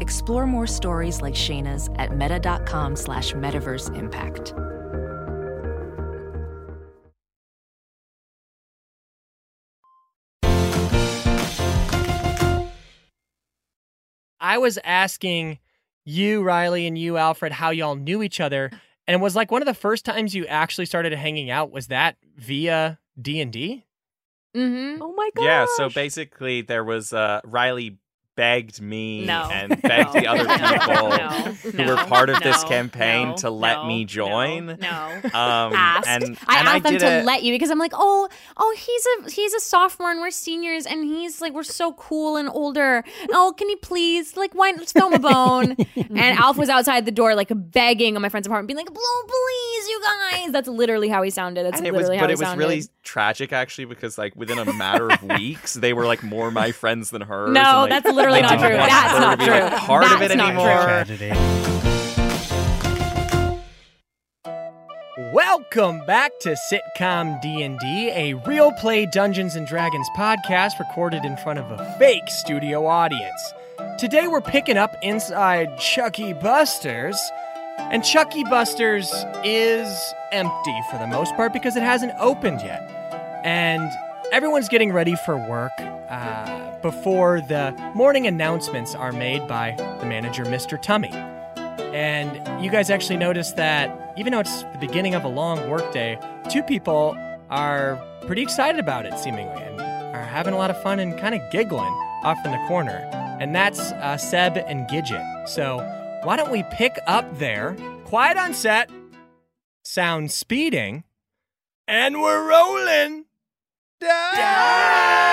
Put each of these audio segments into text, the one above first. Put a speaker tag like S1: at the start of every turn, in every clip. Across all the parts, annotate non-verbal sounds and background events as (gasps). S1: Explore more stories like Shayna's at meta.com slash metaverse impact.
S2: I was asking you, Riley, and you, Alfred, how y'all knew each other, and it was like one of the first times you actually started hanging out was that via D and D.
S3: Mm-hmm.
S1: Oh my god.
S4: Yeah, so basically there was uh, Riley begged me
S3: (laughs) No.
S4: and begged the other people (laughs)
S3: people
S4: who were part of this campaign to let me join.
S3: (laughs) No.
S4: Um,
S3: asked.
S4: and,
S3: I
S4: and
S3: asked them
S4: did
S3: to
S4: it-
S3: let you because I'm like, oh, oh, he's a he's a sophomore and we're seniors and he's like we're so cool and older. Oh, can you please like why let's film a
S5: (laughs)
S3: bone? and Alf was outside the door like begging on my friend's apartment, being like, oh, please, you guys. That's literally how he sounded. That's
S4: and it was,
S3: literally how
S4: but
S3: he
S4: it was
S3: sounded.
S4: really tragic actually because like within a matter of weeks they were like more my friends than hers. and,
S3: No,
S4: like,
S3: that's literally
S4: I
S3: not
S4: didn't
S3: true.
S4: want
S3: That's
S4: her
S3: not
S4: to
S3: true.
S4: be, like, part of
S3: That's
S4: it
S3: not
S4: anymore.
S3: true.
S2: Welcome back to Sitcom D&D, a real play Dungeons and Dragons podcast recorded in front of a fake studio audience. Today we're picking up inside Chucky Busters, and Chucky Busters is empty for the most part because it hasn't opened yet. And everyone's getting ready for work uh, before the morning announcements are made by the manager, Mr. Tummy. And you guys actually noticed that even though it's the beginning of a long workday, two people are pretty excited about it, seemingly, and are having a lot of fun and kind of giggling off in the corner. And that's uh, Seb and Gidget. So why don't we pick up there? Quiet on set, sound speeding, and we're rolling.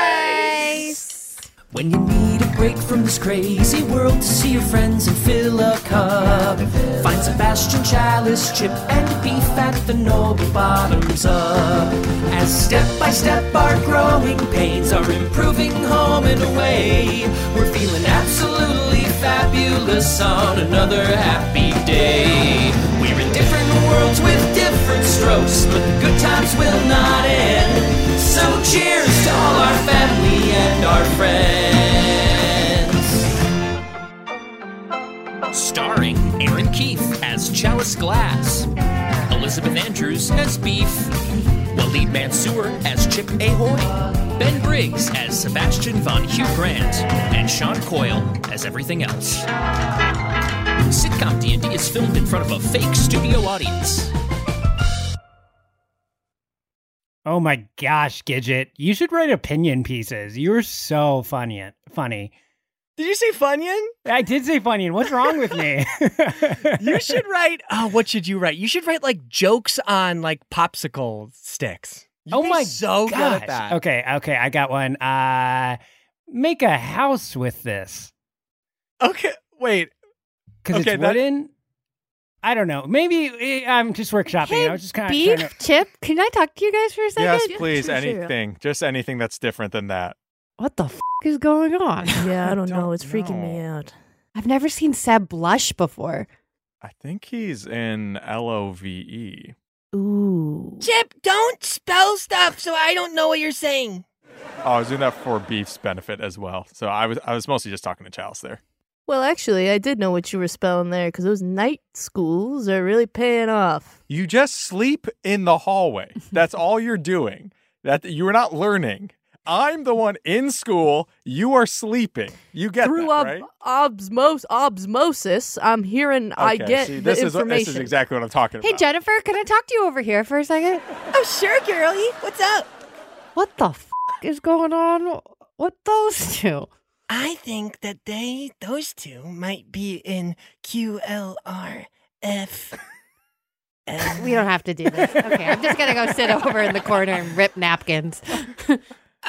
S2: Dice!
S6: When you need a break from this crazy world to see your friends and fill a cup, find Sebastian Chalice, Chip, and Beef at the Noble Bottoms Up. As step by step our growing pains are improving home and away, we're feeling absolutely fabulous on another happy day. We're in different worlds with different strokes, but the good times will not end. So cheers to all our family and our friends. Starring Aaron Keith as Chalice Glass, Elizabeth Andrews as Beef, Waleed Mansour as Chip Ahoy, Ben Briggs as Sebastian von Hugh Grant, and Sean Coyle as everything else. Sitcom D&D is filmed in front of a fake studio audience.
S7: Oh my gosh, Gidget, you should write opinion pieces. You're so funny. Funny.
S2: Did you say Funyun?
S7: I did say funny. and What's wrong with me?
S2: (laughs) You should write. Oh, what should you write? You should write like jokes on like popsicle sticks. You'd
S7: oh
S2: be
S7: my
S2: so good
S7: gosh.
S2: at that.
S7: Okay, okay, I got one. Uh make a house with this
S2: Okay. Wait.
S7: cuz
S2: Okay,
S7: it's
S2: that-
S7: wooden. I don't know. Maybe eh, I'm just workshopping. I was just kind of
S3: Beef, Chip, can I talk to you guys for a second?
S7: (laughs)
S8: Yes, please. Anything. Just anything that's different than that.
S9: What the f is going on?
S8: (laughs) Yeah, I don't know. It's freaking me
S9: out. I've never seen Seb blush before.
S8: I think he's in L O V E.
S9: Ooh.
S2: Chip, don't spell stuff so I don't know what you're saying.
S8: Oh, I was doing that for Beef's benefit as well. So I was I was mostly just talking to Chalice there.
S10: Well, actually, I did know what you were spelling there because those night schools are really paying off.
S8: You just sleep in the hallway. That's all you're doing. That you are not learning. I'm the one in school. You are sleeping. You get
S10: Through
S8: that,
S10: ob-
S8: right?
S10: obsmos- osmosis, I'm hearing I
S8: Okay,
S10: get
S8: see,
S10: the
S8: this is
S10: information.
S8: this is exactly what I'm talking
S9: Hey,
S8: about.
S9: Jennifer, can I talk to you over here for a second?
S1: Oh, sure, girlie. What's up?
S9: What the f is going on with those two?
S2: I think that they, those two, might be in QLRF.
S9: We don't have to do this. Okay, I'm just gonna go sit over in the corner and rip napkins.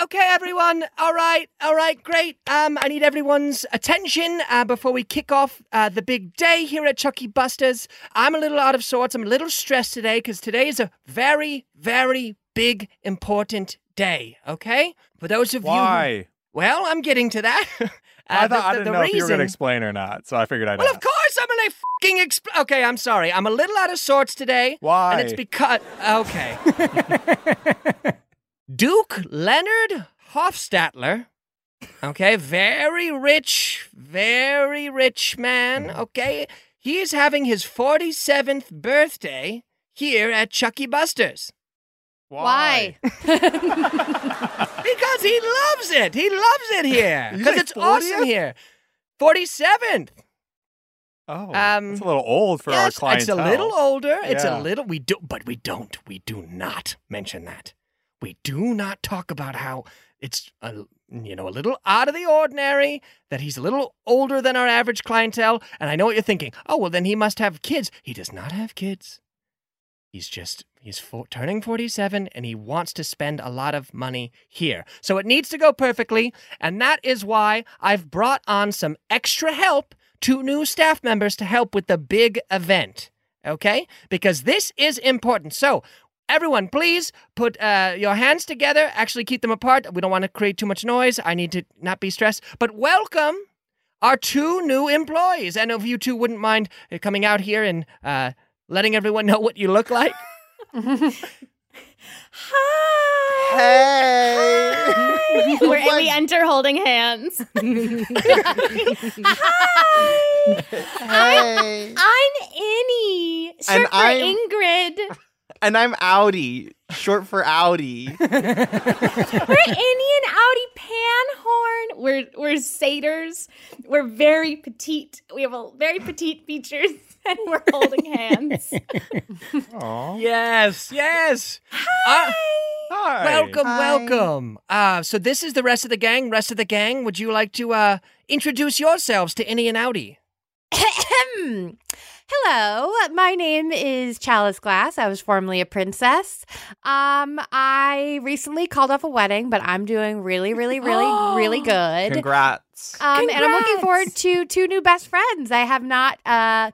S11: Okay, everyone. All right. All right. Great. Um, I need everyone's attention uh, before we kick off uh, the big day here at Chucky Buster's. I'm a little out of sorts. I'm a little stressed today because today is a very, very big, important day. Okay. For those of you.
S8: Why?
S11: who- Well, I'm getting to that. (laughs) Uh,
S8: I,
S11: the-
S8: thought, I
S11: the-
S8: didn't
S11: the
S8: know if you were going
S11: reason-
S8: to explain or not, so I figured I'd
S11: well,
S8: ask.
S11: of course I'm gonna fucking explain. Okay, I'm sorry. I'm a little out of sorts today.
S8: Why?
S11: And it's because okay.
S8: (laughs)
S11: Duke Leonard Hofstadler. Okay, very rich, very rich man. Okay, he is having his 47th birthday here at Chucky Buster's
S3: Why?
S11: because he loves it. He loves it here
S8: (laughs) You
S11: because
S8: say
S11: it's awesome
S8: 40th?
S11: here. 47th.
S8: Oh,
S11: um,
S8: it's a little old for our
S11: Yes,
S8: clientele.
S11: It's a little older. It's
S8: Yeah.
S11: a little we do but we don't. We do not mention that. We do not talk about how it's a, you know a little out of the ordinary that he's a little older than our average clientele. And I know what you're thinking. Oh well, then he must have kids. He does not have kids. He's just he's fo- turning 47 and he wants to spend a lot of money here. So it needs to go perfectly, and that is why I've brought on some extra help, two new staff members to help with the big event. Okay? Because this is important. So Everyone, please put uh, your hands together. Actually, keep them apart. We don't want to create too much noise. I need to not be stressed. But welcome our two new employees. And if you two wouldn't mind uh, coming out here and uh, letting everyone know what you look like. Uh,
S3: Hi. (laughs) Where we enter holding hands.
S5: (laughs)
S3: Hi. I'm, I'm Annie. Short
S4: And
S3: for
S4: I'm-
S3: Ingrid.
S4: And I'm Audi, short for
S3: (laughs)
S4: Audi.
S3: We're Annie and Audi Panhorn. We're we're satyrs. We're very petite. We have a very petite features, (laughs) and we're holding hands.
S11: Yes, (laughs) yes. Hi.
S8: Hi.
S11: Welcome, welcome. Uh, so this is the rest of the gang. Rest of the gang, would you like to uh, introduce yourselves to Innie and Audi?
S9: Hello, my name is Chalice Glass. I was formerly a princess. Um, I recently called off a wedding, but I'm doing really, really, really, really good.
S4: Congrats.
S9: Um, and I'm looking forward to two new best friends. I have not. Uh,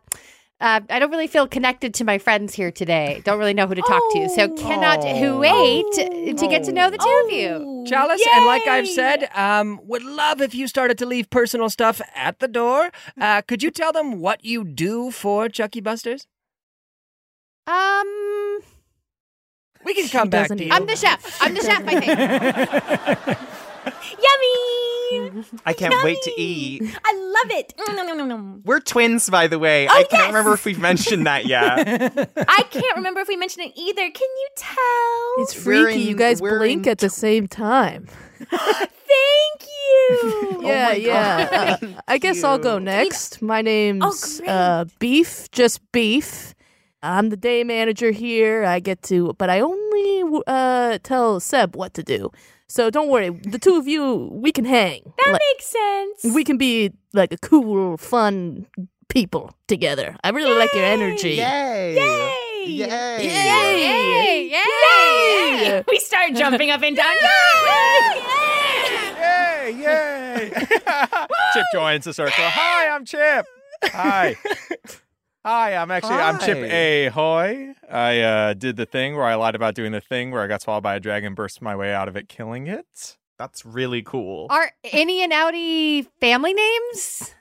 S9: uh, I don't really feel connected to my friends here today. Don't really know who to talk to,
S3: Oh.
S9: so cannot wait to get to know the two of
S3: Oh.
S9: you.
S11: Chalice, and like I've said, um, would love if you started to leave personal stuff at the door. Uh, could you tell them what you do for Chucky Busters?
S9: Um,
S11: we can come back to you.
S9: I'm the chef. I'm the chef. I
S10: (laughs)
S9: think.
S3: Yummy.
S4: I can't wait to eat.
S3: I love it. Mm, nom, nom, nom.
S4: We're twins, by the way.
S3: Oh,
S4: I can't
S3: yes.
S4: remember if we've mentioned that
S3: (laughs)
S4: yet.
S3: I can't remember if we mentioned it either. Can you tell?
S10: It's freaky. you guys blink at the same time.
S3: Thank you.
S10: (laughs)
S11: Oh
S10: yeah, yeah. Uh, I guess I'll go next. My
S3: Oh,
S10: name's uh, Beef, just Beef. I'm the day manager here. I get to, but I only uh, tell Seb what to do. So don't worry. The two of you, we can hang.
S3: That
S10: Like,
S3: makes sense.
S10: We can be like a cool, fun people together. I really like your energy.
S4: Yay.
S10: Yay.
S4: Yay.
S3: Yay! Yay!
S10: Yay.
S4: (laughs)
S3: We start jumping up and down.
S8: Yay! Yay! Chip joins the circle. Hi, I'm Chip. Hi. Hi, I'm actually I'm Chip
S4: Hi.
S8: A. Hoy. I uh, did the thing where I lied about doing the thing where I got swallowed by a dragon, burst my way out of it, killing it.
S4: That's really cool.
S9: Are any and outy family names?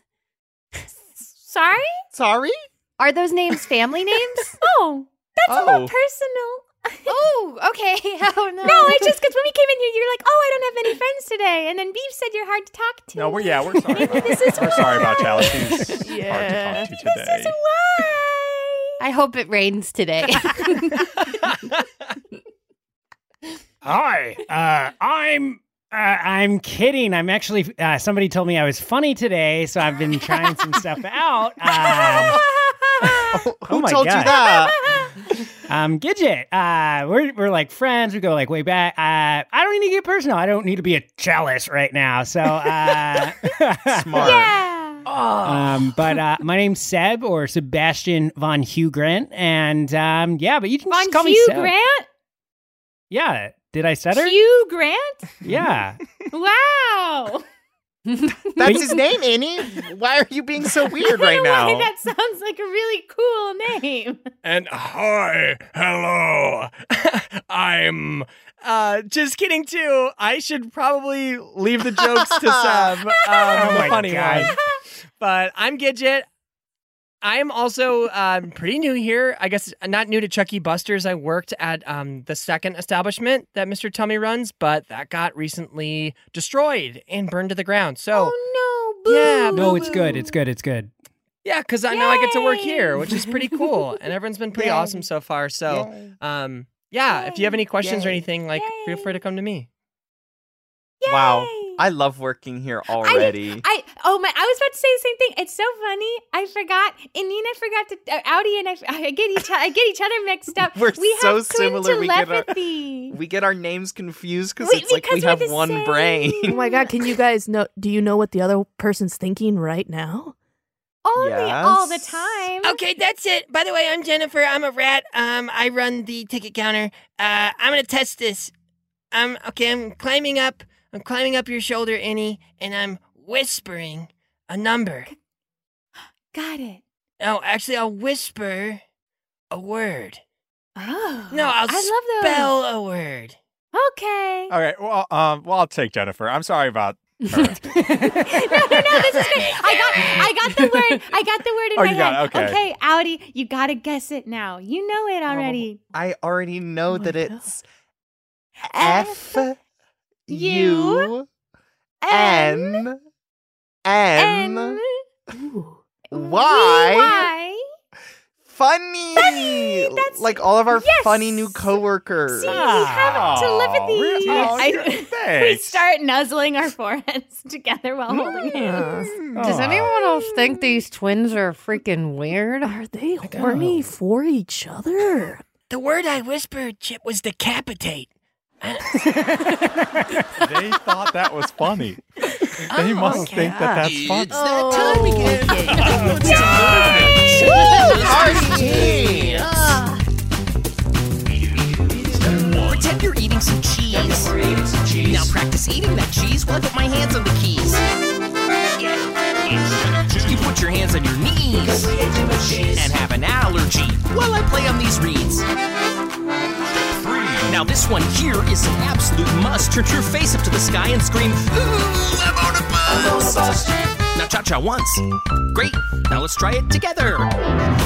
S3: Sorry?
S4: Sorry?
S9: Are those names family names?
S3: (laughs) oh, that's a
S4: Oh.
S3: little personal. (laughs)
S9: oh, okay. Oh no.
S3: No, it's just because when we came in here, you were like, "Oh, I don't have many friends today," and then Beef said you're hard to talk to.
S8: No, we're yeah, we're sorry. About
S3: This
S8: that.
S3: is
S8: we're sorry about Chalice. She's
S10: Yeah.
S8: hard to talk to today.
S9: I hope it rains today.
S3: (laughs)
S7: Hi, uh, I'm. Uh, I'm kidding. I'm actually. Uh, somebody told me I was funny today, so I've been trying
S4: (laughs)
S7: some stuff
S11: (laughs)
S7: out. Um,
S4: Who
S7: oh my
S4: told you
S7: God.
S4: that?
S7: Um, Gidget, uh, we're, we're like friends. We go like way back. Uh, I don't need to get personal. I don't need to be a chalice right now. So,
S4: (laughs)
S7: uh,
S4: Smart.
S7: um, but uh, my name's Seb or Sebastian von Hugh Grant, and um, yeah, but you can just call me
S3: Hugh
S7: Seb.
S3: Grant.
S7: Yeah, Did I stutter?
S3: Hugh Grant?
S7: Yeah.
S3: (laughs) Wow.
S4: That's his name, Annie. Why are you being so
S3: (laughs)
S4: weird right
S3: Why,
S4: now?
S3: that sounds like a really cool name.
S2: And hi,
S11: (laughs)
S2: hello. I'm uh just kidding too. I should probably leave the jokes
S7: (laughs)
S2: to Seb. Um,
S7: Oh my
S2: the funny
S7: God.
S2: one. But I'm Gidget. I'm also um, pretty new here. I guess not new to Chuck E. Buster's. I worked at um, the second establishment that Mr. Tummy runs, but that got recently destroyed and burned to the ground. So,
S7: Oh,
S3: no,
S2: yeah,
S7: no, it's good. It's good. It's good.
S2: yeah, because now I get to work here, which is pretty cool. and everyone's been
S7: (laughs)
S2: pretty
S7: Yay.
S2: awesome so far. So, um, yeah, if you have any questions or
S4: Yay.
S2: anything, like, feel free to come to me.
S4: Wow. I love working here already.
S3: I oh my! I was about to say the same thing. It's so funny. I forgot, and Nina forgot to uh, Audi and I, I get each I get each other mixed
S4: (laughs)
S3: up.
S4: We're
S3: we
S4: so
S3: have twin
S4: similar. We get our-
S3: telepathy.
S4: we get our names confused because
S3: Wait,
S4: it's like we
S3: because we're
S4: have
S3: the
S4: one brain.
S10: Oh my god, can you guys know do you know what the other person's thinking right now?
S3: Only all the
S10: Yes.
S3: time.
S2: Okay, that's it. By the way, I'm Jennifer. I'm a rat. Um, I run the ticket counter. Uh, I'm gonna test this. Um, okay, I'm climbing up. I'm climbing up your shoulder, Innie, and I'm whispering a number.
S3: (gasps) Got it.
S2: No, actually, I'll whisper a word.
S3: Oh,
S2: No, I'll
S3: I love those.
S2: spell a word.
S3: Okay.
S8: Okay, well, um, well, I'll take Jennifer. I'm sorry about.
S3: no, no, this is good. I got, I got the
S4: (laughs)
S3: word. I got the word in
S8: Oh,
S3: my
S8: you got
S3: head.
S8: it, okay.
S3: Audi, you gotta guess it now. You know
S4: Oh.
S3: it already.
S4: (laughs) I already know
S3: Oh
S4: that it's
S3: F
S4: U N N Y.
S3: Why?
S4: Funny. like all of our funny new coworkers.
S3: See, we have telepathy.
S4: really? Oh,
S3: I- (laughs) we
S4: thanks.
S3: start nuzzling our foreheads (laughs) together while holding hands.
S4: Mm.
S9: Does anyone else think these twins are freaking weird?
S10: Are they horny for each other?
S2: The word I whispered, Chip, was decapitate. (laughs)
S8: They thought that was funny. They must think that that's funny.
S6: Oh, (laughs) Pretend you're eating some cheese. Now practice eating that cheese while I put my hands on the keys. You put your hands on your knees and have an allergy while I play on these reeds. Now this one here is an absolute must. Turn your face up to the sky and scream, "Ooh, I'm on a bus!" Now cha-cha once. Great. Now let's try it together.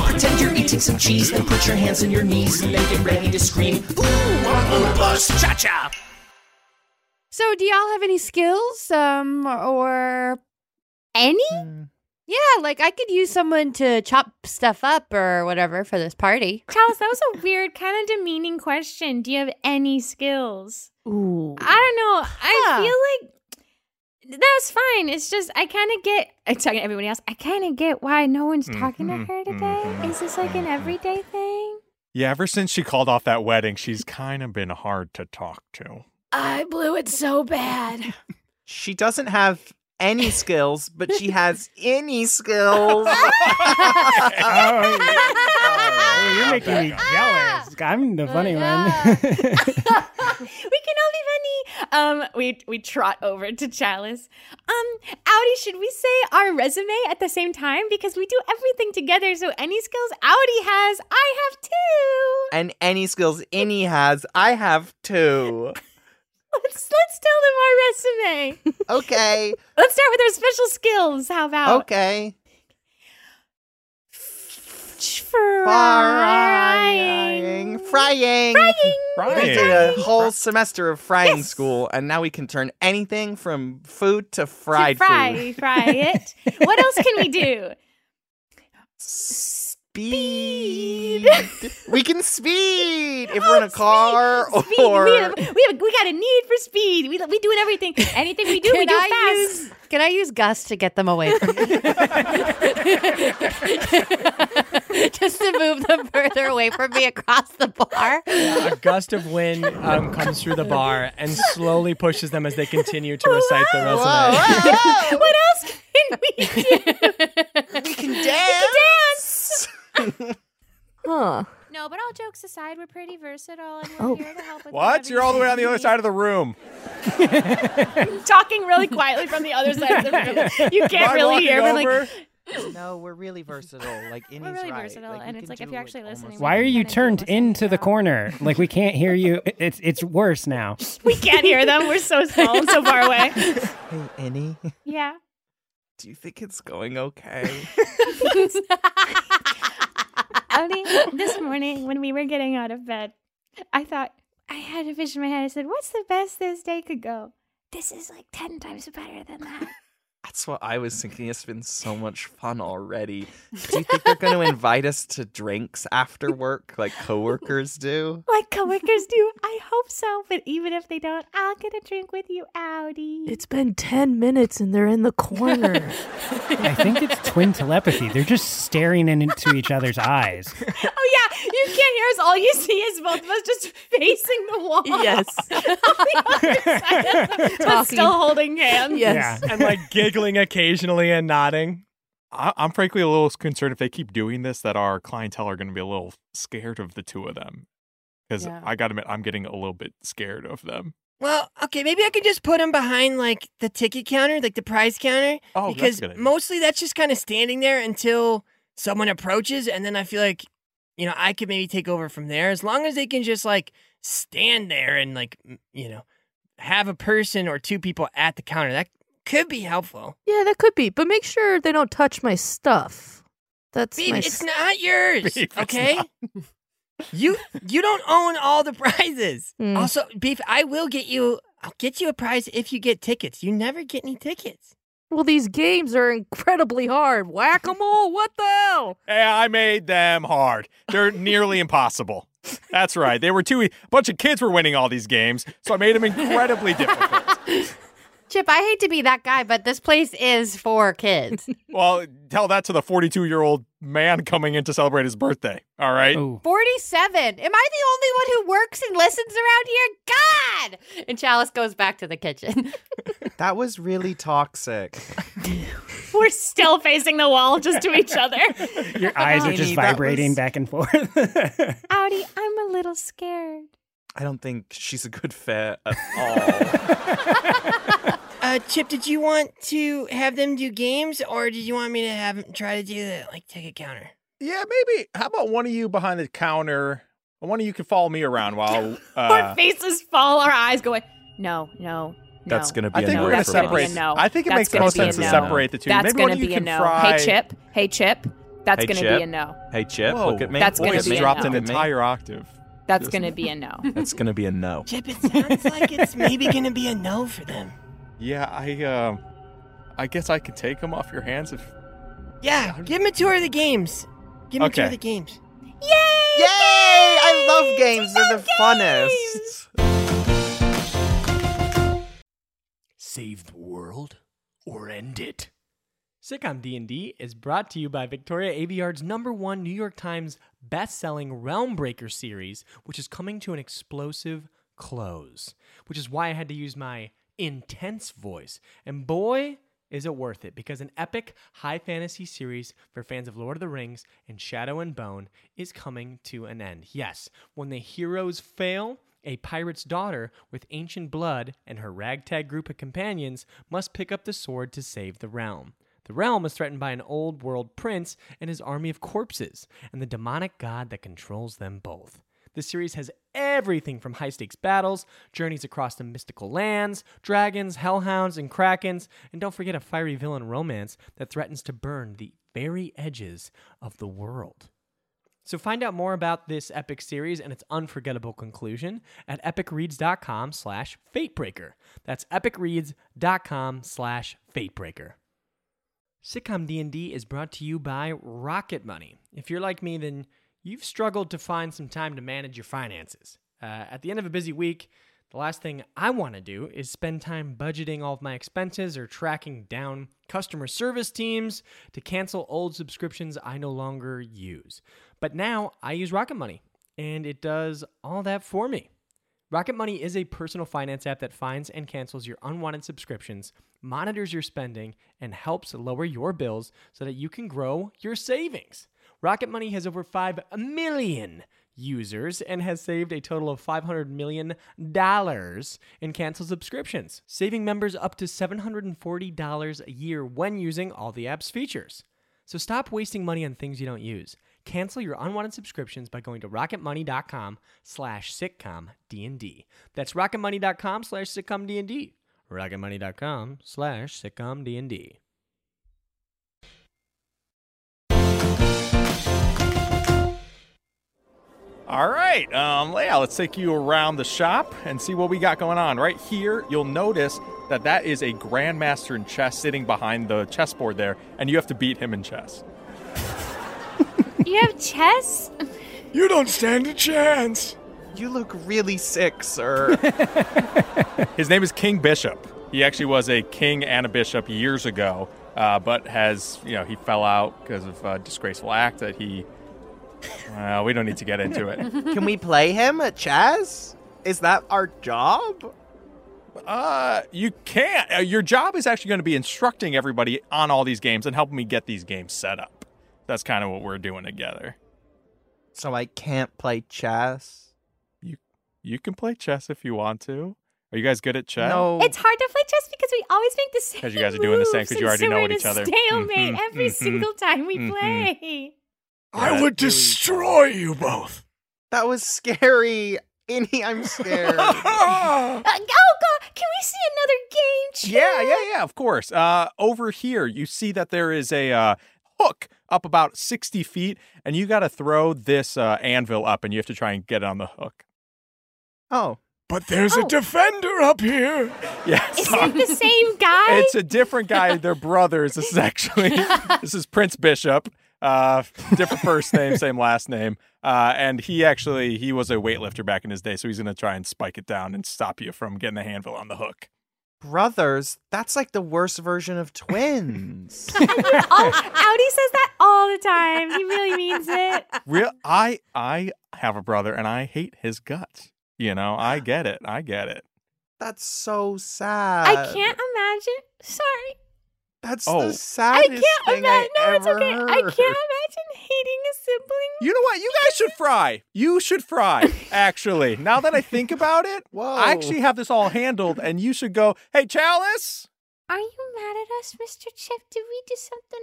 S6: Pretend you're eating some cheese, then put your hands on your knees and then get ready to scream, "Ooh, I'm on a bus!" Cha-cha.
S9: So, do y'all have any skills? Um, or
S3: any?
S9: Yeah, like I could use someone to chop stuff up or whatever for this party.
S3: Charles, that was a weird, kind of demeaning question. Do you have any skills?
S10: Ooh.
S3: I don't know. I feel like that was fine. It's just I kind of get. I'm talking to everybody else. I kind of get why no one's talking
S8: Mm-hmm.
S3: to her today. Is this like an everyday thing?
S8: Yeah, ever since she called off that wedding, she's kind of been hard to talk to.
S3: I blew it so bad.
S4: She doesn't have any skills, but she has any (laughs)
S9: (laughs)
S4: skills.
S7: Hey, you're making me jealous. I'm the funny (laughs) one.
S3: we can all be funny. (laughs) Um, we we trot over to Chalice. Um, Audi, should we say our resume at the same time because we do everything together? So any skills Audi has, I have too.
S4: and any skills any has, I have two.
S3: Let's let's tell them our resume.
S4: (laughs) Okay.
S3: let's start with our special skills. How about
S4: Okay.
S3: frying?
S4: Frying. We did a whole semester of frying school, and now we can turn anything from food to fried
S3: Fry,
S9: (laughs)
S4: food.
S3: fry it. what else can we do?
S4: Speed. we can speed if we're in a car
S3: Oh, Speed.
S4: or.
S3: We, have, we have we got a need for speed. We we doing everything. Anything we do, we
S9: Can
S3: do
S9: I
S3: fast.
S9: use- can I use Gus to get them away from me? (laughs) Just to move them further away from me across the bar.
S2: A gust of wind um, comes through the bar and slowly pushes them as they continue to recite the resume.
S3: (laughs) what else can we do? we can
S4: dance.
S3: dance.
S10: Huh.
S3: No,
S9: know, but all jokes aside, we're pretty versatile and we're
S8: Oh.
S9: here to help with
S8: What? You're all the way on the other side of the room.
S3: talking really quietly from the other side of the
S4: (laughs)
S3: room. You can't
S8: I'm
S3: really hear. (laughs)
S8: walking
S3: We're like,
S4: no, we're really versatile. Like Innie's
S9: We're really
S4: right.
S9: versatile, and it's like if you're actually listening,
S7: Why are you turned into the corner? Like we can't hear you. It- It's it's worse now.
S3: we can't hear them. We're so small and so far away.
S4: Hey, Innie,
S3: (laughs) Yeah.
S4: do you think it's going okay?
S3: Odie, this morning when we were getting out of bed, I thought I had a vision in my head. I said, "What's the best this day could go? This is like ten times better than that." (laughs)
S12: That's what I was thinking. It's been so much fun already.
S4: do you think they're going
S3: (laughs)
S4: to invite us to drinks after work, like coworkers do?
S3: Like coworkers do. I hope so, but even if they don't, I'll get a drink with you, Audi.
S10: It's been 10 minutes and they're in the corner.
S3: (laughs)
S7: I think it's twin telepathy. They're just staring in- into each other's eyes.
S3: Oh yeah, you can't hear us. All you see is both of us just facing the wall.
S10: Yes.
S3: (laughs) On the other side of the- but
S10: Talking.
S3: still holding hands.
S2: Yeah, and like giggling occasionally and nodding.
S8: I- I'm frankly a little concerned if they keep doing this that our clientele are going to be a little scared of the two of them. Because
S2: Yeah.
S8: I got to admit, I'm getting a little bit scared of them.
S11: Well, okay, maybe I could just put him behind like the ticket counter, like the prize counter.
S8: Oh, that's a
S11: because
S8: good idea.
S11: mostly that's just kind of standing there until someone approaches, and then I feel like, you know, I could maybe take over from there as long as they can just like stand there and like, m- you know, have a person or two people at the counter. That could be helpful.
S10: yeah, that could be, but make sure they don't touch my stuff. That's
S11: Beef,
S10: my
S11: it's
S10: s-
S11: not yours.
S10: Beef, it's
S11: okay.
S10: not.
S11: you you don't own all the (laughs) prizes.
S10: Mm.
S11: Also, beef, I will get you. I'll get you a prize if you get tickets. You never get any tickets.
S10: Well, these games are incredibly hard. Whack a mole. What the hell?
S8: Hey, I made them hard. They're nearly impossible. That's right. They were too. E- a bunch of kids were winning all these games, so I made them incredibly (laughs) difficult.
S9: Chip, I hate to be that guy, but this place is for kids.
S8: Well, tell that to the 42 year old man coming in to celebrate his birthday. All right.
S9: 47. Am I the only one who works and listens around here? God! And Chalice goes back to the kitchen. (laughs)
S4: That was really toxic.
S3: We're still facing the wall just to
S8: (laughs)
S3: each other.
S7: Your eyes are just
S4: Amy, that
S7: vibrating back and forth. (laughs)
S3: Audi, I'm a little scared.
S12: I don't think she's a good fit
S8: (laughs)
S12: at all.
S11: Uh, Chip, did you want to have them do games, or did you want me to have 'em try to do the like ticket counter?
S8: Yeah, maybe. How about one of you behind the counter? One of you can follow me around
S3: (laughs)
S8: while.
S3: Our
S8: Uh,
S3: faces fall, our eyes go away. No, no.
S8: That's
S3: no.
S8: gonna be I a think no we're gonna for us. separate-
S3: That's gonna be a no.
S8: I think it
S3: That's
S8: makes the
S3: gonna
S8: most
S3: be a
S8: sense to
S3: no.
S8: separate the two.
S3: That's
S8: Maybe one
S3: gonna
S8: of you
S3: be a
S8: can
S3: no.
S8: fry-
S3: Hey Chip. Hey Chip. That's
S12: Hey,
S3: gonna
S12: Chip.
S3: be a no.
S12: Hey, Chip,
S8: Whoa.
S12: look at me.
S3: That's gonna
S12: Voice
S3: be a
S12: dropped
S3: no.
S12: an
S8: entire octave.
S3: That's gonna be a (laughs) no.
S12: That's going to be a no.
S11: Chip, it sounds like it's maybe gonna be a no for them.
S8: Yeah, I. Uh, I guess I could take them off your hands if.
S11: Yeah, give them a tour of the games. Give them a tour
S8: Okay.
S11: of the games.
S4: Yay! I love games. They're the funnest.
S6: Save the world or end it.
S2: Sitcom D&D is brought to you by Victoria Aveyard's number one New York Times best-selling Realm Breaker series, which is coming to an explosive close, which is why I had to use my intense voice. And boy, is it worth it, because an epic high fantasy series for fans of Lord of the Rings and Shadow and Bone is coming to an end. Yes, when the heroes fail, a pirate's daughter with ancient blood and her ragtag group of companions must pick up the sword to save the realm. The realm is threatened by an old world prince and his army of corpses, and the demonic god that controls them both. The series has everything from high stakes battles, journeys across the mystical lands, dragons, hellhounds, and krakens, and don't forget a fiery villain romance that threatens to burn the very edges of the world. So find out more about this epic series and its unforgettable conclusion at epicreads.com slash fatebreaker. That's epicreads.com slash fatebreaker. Sitcom D&D is brought to you by Rocket Money. If you're like me, then you've struggled to find some time to manage your finances. Uh, at the end of a busy week, the last thing I want to do is spend time budgeting all of my expenses or tracking down customer service teams to cancel old subscriptions I no longer use. But now I use Rocket Money, and it does all that for me. Rocket Money is a personal finance app that finds and cancels your unwanted subscriptions, monitors your spending, and helps lower your bills so that you can grow your savings. Rocket Money has over 5 million users and has saved a total of $500 million in canceled subscriptions, saving members up to $740 a year when using all the app's features. So stop wasting money on things you don't use. Cancel your unwanted subscriptions by going to rocketmoney.com slash sitcom D&D. That's rocketmoney.com slash sitcom D&D. rocketmoney.com slash sitcom D&D.
S8: All right, um, Leia, let's take you around the shop and see what we got going on. Right here, you'll notice that that is a grandmaster in chess sitting behind the chessboard there, and you have to beat him in chess.
S3: You have chess?
S8: You don't stand a chance.
S12: You look really sick,
S8: (laughs)
S12: sir.
S8: His name is King Bishop. He actually was a king and a bishop years ago, uh, but has you know he fell out because of a disgraceful act that he. Uh, we don't need to get into it.
S4: Can we play him at chess?
S8: Is that our job? (laughs) Uh, you can't. Uh, your job is actually going to be instructing everybody on all these games and helping me get these games set up. That's kind of what we're doing together.
S4: So I can't play chess.
S8: You you can play chess if you want to. Are you guys good at chess?
S3: It's hard to play chess because we always make the same.
S8: 'Cause you guys are doing the same, 'cause you
S3: moves,
S8: already
S3: and
S8: know
S3: so we're
S8: what
S3: in
S8: each
S3: a
S8: other-
S3: Stalemate
S8: Mhm,
S3: every
S8: mhm,
S3: single time we
S8: mhm. (laughs)
S3: play.
S4: I would destroy you both. That was scary. Innie, I'm (laughs) scared.
S3: Uh, oh god, can we see another game? Chip?
S8: Yeah, yeah, yeah, of course. Uh, over here, you see that there is a uh, hook up about 60 feet, and you got to throw this uh, anvil up, and you have to try and get it on the hook.
S4: Oh.
S8: But
S3: there's a Oh.
S8: defender up here. Yes.
S3: Is it
S8: (laughs)
S3: the same guy?
S8: It's a different
S3: (laughs)
S8: guy. They're brothers. This is actually this is Prince Bishop. Uh, different first name, same last name. Uh, and he actually he was a weightlifter back in his day, so he's gonna try and spike it down and stop you from getting the handle on the hook.
S4: Brothers, that's like the worst version of twins.
S3: (laughs) oh, Audi says that all the time. He really means it.
S8: Real, I I have a brother, and I hate his guts. You know, I get it. I get it.
S4: that's so sad.
S3: I can't imagine. Sorry.
S4: That's
S8: Oh.
S4: the saddest
S3: I can't
S4: thing
S3: imagine.
S4: I
S3: No, it's
S4: ever
S3: okay. I
S4: heard.
S3: can't imagine hating a sibling.
S8: You know what? You guys should fry. You should fry. Actually, now that I think about (laughs) it,
S4: Whoa.
S8: I actually have this all handled, and you should go. Hey, Chalice.
S3: Are you mad at us, Mr. Chip? Did we do something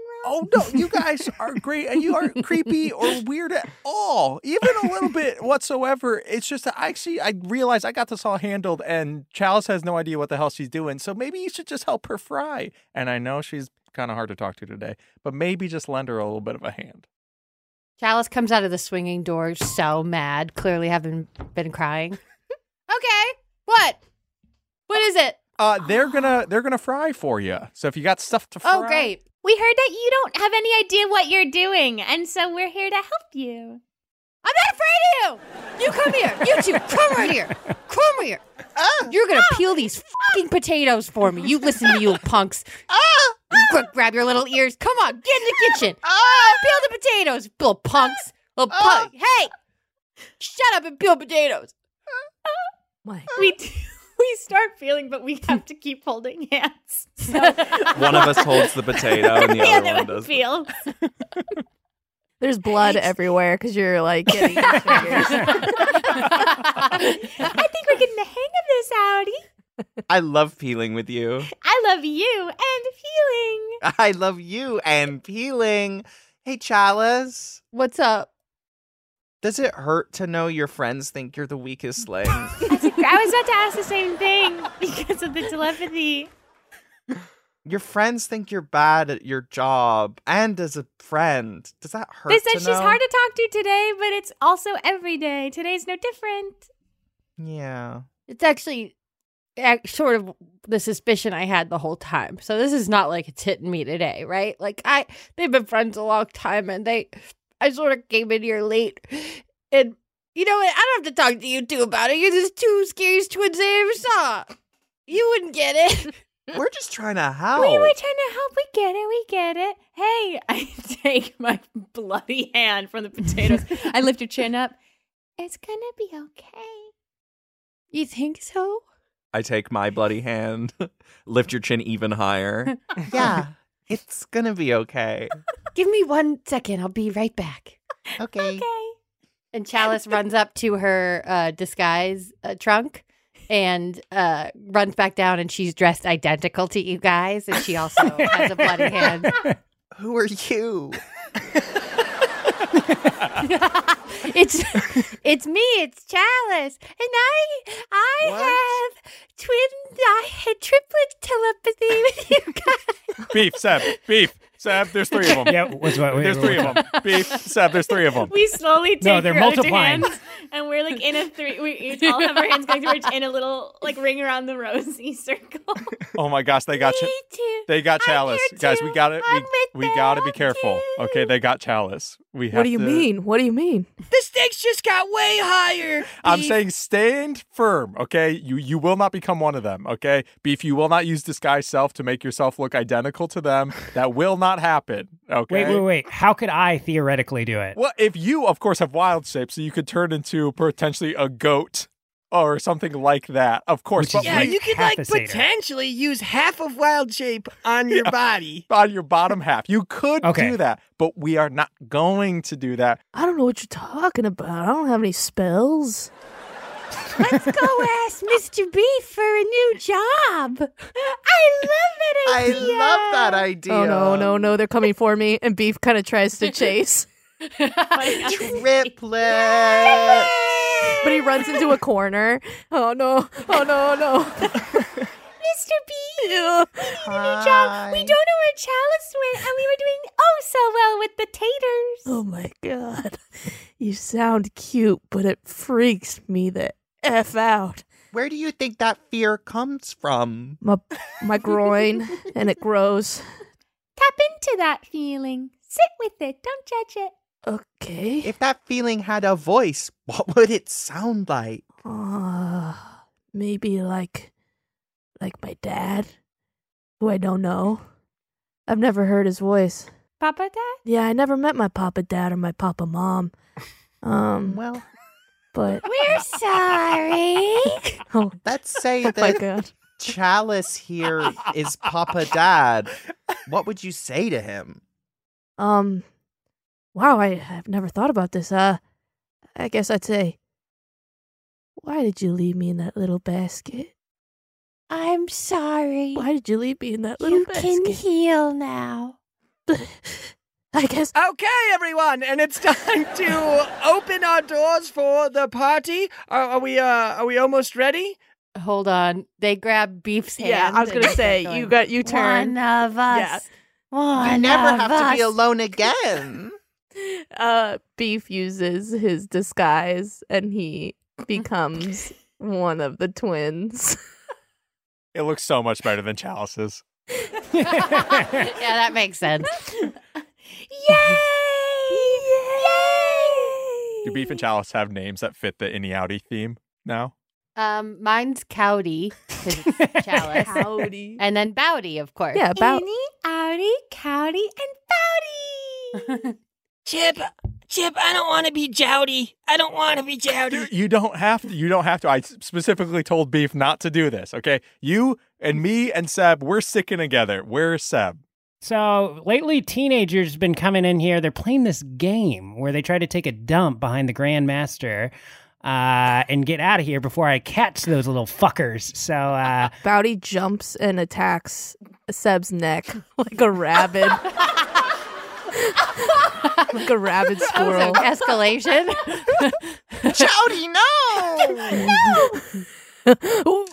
S8: Oh
S3: wrong?
S8: no, you guys are great, and you aren't creepy or weird at all, even a little bit whatsoever. It's just that I actually I realized I got this all handled, and Chalice has no idea what the hell she's doing. So maybe you should just help her fry. And I know she's kind of hard to talk to today, but maybe just lend her a little bit of a hand.
S9: Chalice comes out of the swinging door so mad, clearly having been crying. okay, what? What is it?
S8: Uh,
S9: (gasps)
S8: they're gonna they're gonna fry for you. So if you got stuff to fry,
S9: Oh, great.
S3: We heard that you don't have any idea what you're doing, and so we're here to help you.
S9: I'm not afraid of you. You come here. You two, come right here. Come here. You're gonna peel these fucking potatoes for me. You listen to you punks. Quick, grab your little ears. Come on, get in the kitchen. Peel the potatoes, little punks. Little punk. Hey, shut up and peel potatoes.
S3: We (laughs) we start feeling, but we have to keep holding hands. So
S12: one of us holds the potato
S3: (laughs)
S11: (laughs)
S12: and the other one does.
S3: feel.
S10: There's blood everywhere because you're
S11: (laughs)
S10: like getting your fingers.
S3: I think we're getting the hang of this, Audi.
S12: I love peeling with
S3: (laughs)
S12: you.
S3: I love you and feeling.
S4: I love you and peeling. Hey, Chalice.
S10: What's up?
S4: Does it hurt to know your friends think you're the weakest
S3: (laughs)
S4: link?
S3: I was about to ask the same thing (laughs) because of the telepathy.
S4: your friends think you're bad at your job and as a friend. Does that hurt?
S3: They said
S4: to
S3: she's
S4: know?
S3: hard to talk to today, but it's also every day. Today's no different.
S4: Yeah.
S9: It's actually ac- sort of the suspicion I had the whole time. So this is not like it's hitting me today, right? Like I they've been friends a long time and they I sort of came in here late and you know what? I don't have to talk to you two about it. You're just two scariest twins I ever saw. You wouldn't get it.
S4: We're
S9: (laughs)
S4: just trying to
S12: Oh.
S4: help.
S3: We were trying to help. We get it. We get it. Hey, (laughs) I take my bloody hand from
S12: (laughs)
S3: the potatoes. (laughs) I lift your chin up. It's gonna be okay.
S9: You think so?
S12: I take my bloody hand, (laughs) lift your chin even
S10: (laughs)
S12: higher.
S4: yeah. It's gonna be okay.
S10: (laughs)
S9: Give me one second. I'll be right back.
S4: Okay.
S3: Okay.
S9: And Chalice runs up to her uh, disguise uh, trunk and uh, runs back down, and she's dressed identical to you guys, and she also has a
S10: (laughs)
S9: bloody hand.
S4: Who are you?
S9: it's it's me. It's Chalice, and I I have twin. I had triplet telepathy with you
S8: (laughs) Beef, Seb, beef, Seb. There's three of them.
S7: Yeah, what's what? wait,
S8: there's
S7: wait,
S8: three
S7: wait.
S8: of them. Beef, Seb. There's three of them.
S3: We slowly (laughs) take
S8: No, they're
S3: her other
S8: multiplying.
S3: hands, and we're like in a three. (laughs) We, we all have our hands going through in a little like ring around the rosy (laughs) circle.
S8: Oh my gosh, they got you. They got Chalice, guys. We got it. We, we got to be careful. Okay, they got Chalice. We have.
S10: What do you
S8: to-
S10: mean? What do you mean?
S11: The stakes just got way higher.
S8: I'm
S11: Beef.
S8: saying stand firm, okay? You you will not become one of them, okay? Beef, you will not use disguise self to make yourself look identical to them. That will not happen, okay?
S7: Wait, wait, wait. How could I theoretically do it?
S8: Well, if you, of course, have wild shape, so you could turn into potentially a goat or something like that, of course. but
S11: yeah,
S8: we-
S11: you could like potentially (laughs) use half of wild shape on your
S8: Yeah.
S11: body.
S8: on your bottom half. You could
S11: Okay.
S8: do that, but we are not going to do that.
S10: I don't know what you're talking about. I don't have any spells.
S12: (laughs)
S9: Let's go ask Mr. Beef for a new
S10: (laughs)
S9: job. I love
S4: I love that idea.
S10: Oh no, no, no! They're coming for me, and Beef kind of tries (laughs) to chase,
S4: Triplet.
S10: but he runs into a corner. Oh no! Oh no! No!
S3: Mr. B, new job. We don't know where Chalice went, and we were doing oh so well with the
S10: (laughs)
S3: taters.
S10: Oh my god! You sound cute, but it freaks me the f out.
S4: Where do you think that fear comes from?
S10: My my groin, and it grows.
S3: Tap into that feeling. Sit with it. Don't judge it.
S10: Okay.
S4: If that feeling had a voice, what would it sound like?
S10: Uh, maybe like like my dad, who I don't know. I've never heard his voice.
S3: Papa Dad?
S10: Yeah, I never met my papa dad or my papa mom.
S3: (laughs)
S10: Um
S4: Well,
S10: but
S4: (laughs)
S3: We're sorry.
S10: oh,
S4: Let's say that
S10: my God.
S4: Chalice here is Papa Dad. What would you say to him?
S10: um wow, I have never thought about this. Uh I guess I'd say Why did you leave me in that little basket?
S3: I'm sorry.
S10: Why did you leave me in that little basket?
S3: heal now.
S10: (laughs) I guess.
S11: Okay, everyone, and it's (laughs) time to open our doors for the party. Are, are we? Uh, are we almost ready?
S9: Hold on. They grab Beef's hand.
S10: Yeah, I was
S9: and
S10: gonna
S9: they
S10: say,
S9: start
S10: you
S9: going,
S10: got- you turn.
S9: One of us.
S10: Yeah.
S9: One
S4: you never
S9: of
S4: have to be
S9: us."
S4: alone again.
S10: Uh Beef uses his disguise and (laughs) he becomes one of the twins.
S8: It looks so much better than Chalice's.
S9: yeah, that makes sense.
S8: Do Beef and Chalice have names that fit the Inniouty theme now?
S9: Um, mine's Cowdy, 'cause
S12: (laughs)
S9: it's Chalice.
S10: Cowdy.
S9: And then Bowdy, of course.
S10: Yeah, Bow-
S3: Innie, outie, cowdy, and bowdy.
S11: Chip, Chip, I don't want to be jowdy. I don't want to be jowdy.
S8: You don't have to. You don't have to. I specifically told Beef not to do this. Okay, you and me and Seb, we're sticking together. Where's Seb?
S7: So lately, teenagers have been coming in here. They're playing this game where they try to take a dump behind the grandmaster uh, and get out of here before I catch those little fuckers. So uh,
S10: (laughs) Bowdy jumps and attacks Seb's (laughs) neck like a (laughs) rabid. like a rabid squirrel. (laughs)
S9: escalation.
S4: Jody, no!
S3: no! (laughs) I didn't do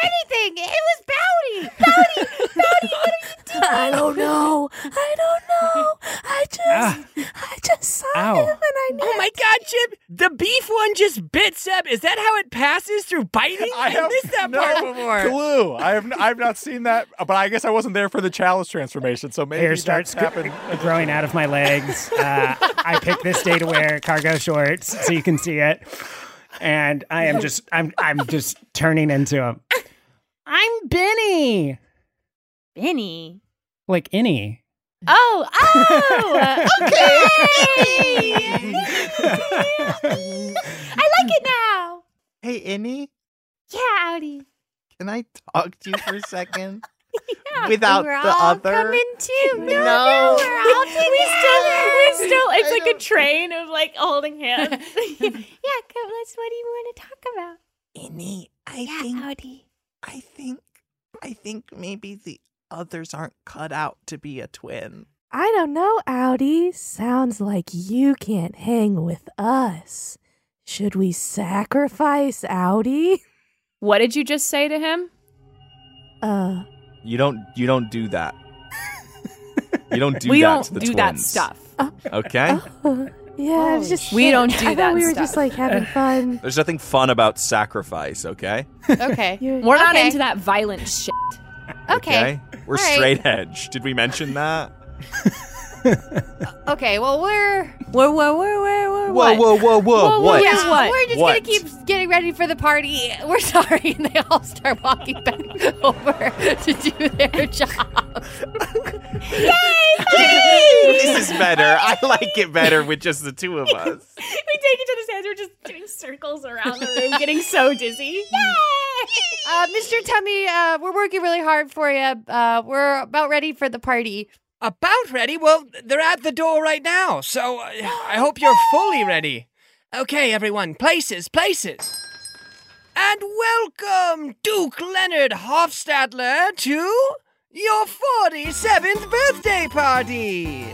S3: anything. It was Bowdy. Bowdy, Bowdy, what are you doing?
S10: I don't know. I don't know. I just
S11: Ah.
S10: I just saw
S11: Ow.
S10: him and I knew
S11: Oh my God, Chip! The beef one just bit Seb. Is that how it passes through biting? I, missed that part before.
S8: Clue. I have. n- I've not seen that, but I guess I wasn't there for the Chalice transformation. So maybe
S7: hair
S8: that's
S7: starts gr-
S8: happened.
S7: growing out of my legs. Uh, I pick this day to wear cargo shorts so you can see it, and I am just I'm I'm just turning into a (laughs) I'm Benny
S3: Benny.
S7: like any.
S3: Oh,
S10: (laughs)
S3: oh, okay.
S4: (laughs)
S3: I like it now.
S4: Hey, Innie,
S3: Yeah, Audi.
S4: can I talk to you for a second?
S3: Yeah.
S4: Without
S3: we're
S4: the
S3: all
S4: other? (laughs)
S3: coming too.
S4: No.
S3: No, no, we're all together.
S13: We're still,
S3: It's
S4: I
S3: like a train of like holding hands. (laughs) yeah, come, let's. What do you want to talk about?
S4: Innie, I think I
S3: (laughs)
S4: think I think maybe the others aren't cut out to be a twin.
S10: I don't know, Audi. Sounds like you can't hang with us. Should we sacrifice Audi?
S13: What did you just say to him?
S10: Uh,
S12: You don't you don't do that. you
S10: (laughs)
S12: don't do
S13: we
S12: that
S13: don't
S12: to the
S13: do
S12: twins.
S13: that stuff.
S12: Okay?
S10: yeah, I was just
S13: We don't
S10: (laughs)
S13: do
S10: I
S13: that
S10: thought we were
S13: stuff.
S10: just like (laughs)
S13: (laughs)
S10: having fun.
S12: There's nothing fun about sacrifice, okay?
S9: Okay.
S13: We're not into that violent shit.
S12: We're
S9: All right.
S3: (laughs)
S12: straight edge. Did we mention that?
S9: Okay, well we're we're we're we're we're, we're
S12: Whoa,
S9: what?
S12: whoa, whoa, whoa, what?
S9: Yeah,
S12: What?
S9: We're just
S12: What?
S9: gonna keep getting ready for the party. We're sorry, (laughs) and they all start walking back (laughs) over to do their (laughs) job. Yay!
S12: this is better. I like it better with just the two of
S3: (laughs)
S4: (laughs)
S12: us.
S3: we take each other's hands. We're just doing circles around the room,
S4: (laughs)
S3: getting so dizzy.
S9: Uh, Mr. Tummy, uh, we're working really hard for you. Uh, we're about ready for the party.
S11: About ready? Well, they're at the door right now, so uh, I hope you're fully ready. Okay, everyone, places, places. And welcome, Duke Leonard Hofstadler, to your 47th birthday party.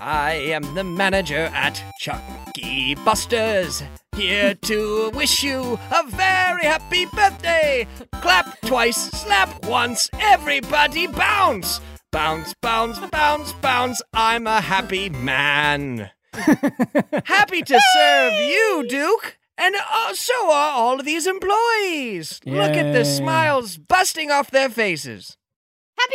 S11: I am the manager at Chucky Busters, here to wish you a very happy birthday. Clap twice, slap once, everybody bounce. Bounce, bounce, bounce, bounce, I'm a happy man. happy to serve you, Duke. And uh, so are all of these employees. Look at
S7: Yay.
S11: the smiles busting off their faces.
S3: (laughs)
S9: Happy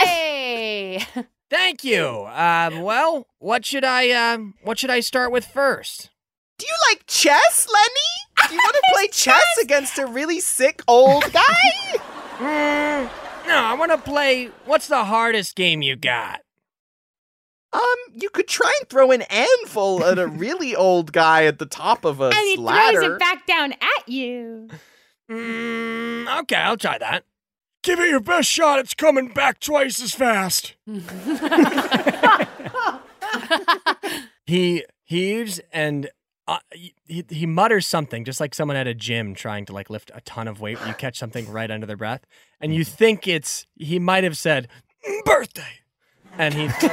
S9: birthday!
S11: Thank you. Um, well, what should I um, what should I start with first?
S4: Do you like chess, Lenny? Do you want to
S3: (laughs)
S4: play chess against a really sick old guy?
S11: Mm, no, I want to play. What's the hardest game you got?
S4: Um, you could try and throw an anvil at
S11: (laughs)
S4: a really old guy at the top of a
S3: and he
S4: ladder.
S3: throws it back down at you.
S11: Mm, okay, I'll try that. Give it your best shot. It's coming back twice as fast.
S3: (laughs)
S11: He heaves and uh, he, he mutters something, just like someone at a gym trying to like lift a ton of weight. You catch something right under their breath, and you think it's he might have said birthday, and he he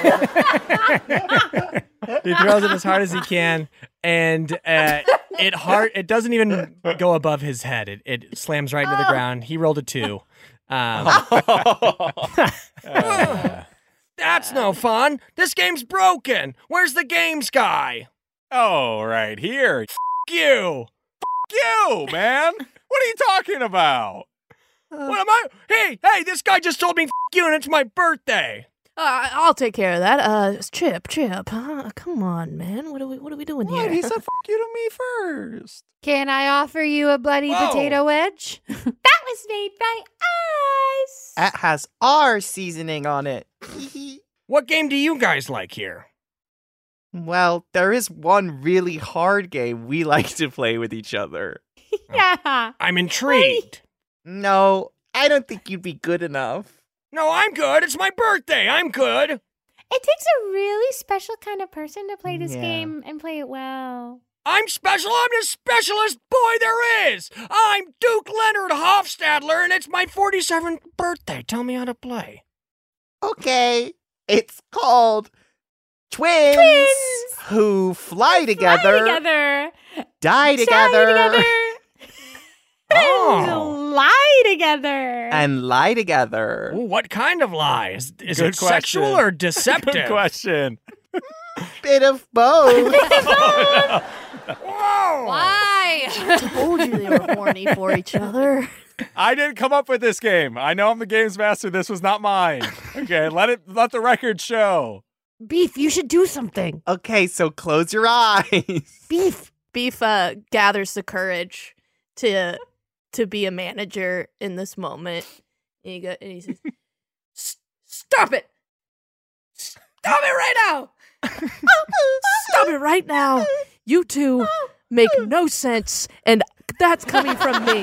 S11: throws it as hard as he can, and uh, it hard it doesn't even go above his head. It it slams right into the ground. He rolled a two. Um, That's no fun. This game's broken. Where's the games guy?
S8: Oh, right here. F-
S11: you.
S8: F- you, man. what are you talking about?
S11: What am I? Hey, hey, this guy just told me F- you and it's my (laughs) birthday.
S10: Uh, I'll take care of that. Uh, Chip, Chip, huh? come on, man. What are we? What are we doing
S8: What?
S10: here?
S8: He said, "F you to me first.
S9: Can I offer you a bloody
S4: Whoa.
S9: potato wedge?
S3: That was made by us.
S4: That has our seasoning on it. (laughs)
S11: What game do you guys like here?
S4: Well, there is one really hard game we (laughs) like to play with each other.
S3: Yeah.
S11: I'm intrigued.
S4: No, I don't think you'd be good enough.
S11: No, I'm good. It's my birthday. I'm good.
S3: It takes a really special kind of person to play this
S11: Yeah.
S3: game and play it well.
S11: I'm special. I'm the specialist boy there is. I'm Duke Leonard Hofstadler, and it's my 47th birthday. Tell me how to play.
S4: Okay, it's called Twins, Who Fly Together,
S3: together.
S4: Die Together,
S11: (laughs)
S4: (laughs)
S11: Oh.
S3: Lie together.
S4: and Lie Together.
S11: Ooh, what kind of lies? Is
S8: Good
S11: it
S4: (laughs)
S11: sexual
S8: question.
S11: or deceptive?
S10: (laughs)
S8: Good question.
S4: Bit of both.
S8: Oh.
S9: (laughs) Why?
S10: told you they were horny for each other.
S8: I didn't come up with this game. I know I'm the games master. This was not mine. Okay, let it let the record show.
S10: Beef, you should do something.
S4: okay, so close your eyes.
S10: Beef. Beef uh, gathers the courage to to be a manager in this moment. And he, go, and he says, "S- "Stop it! Stop it right now! Stop it right now! You two make no sense, and that's coming from me."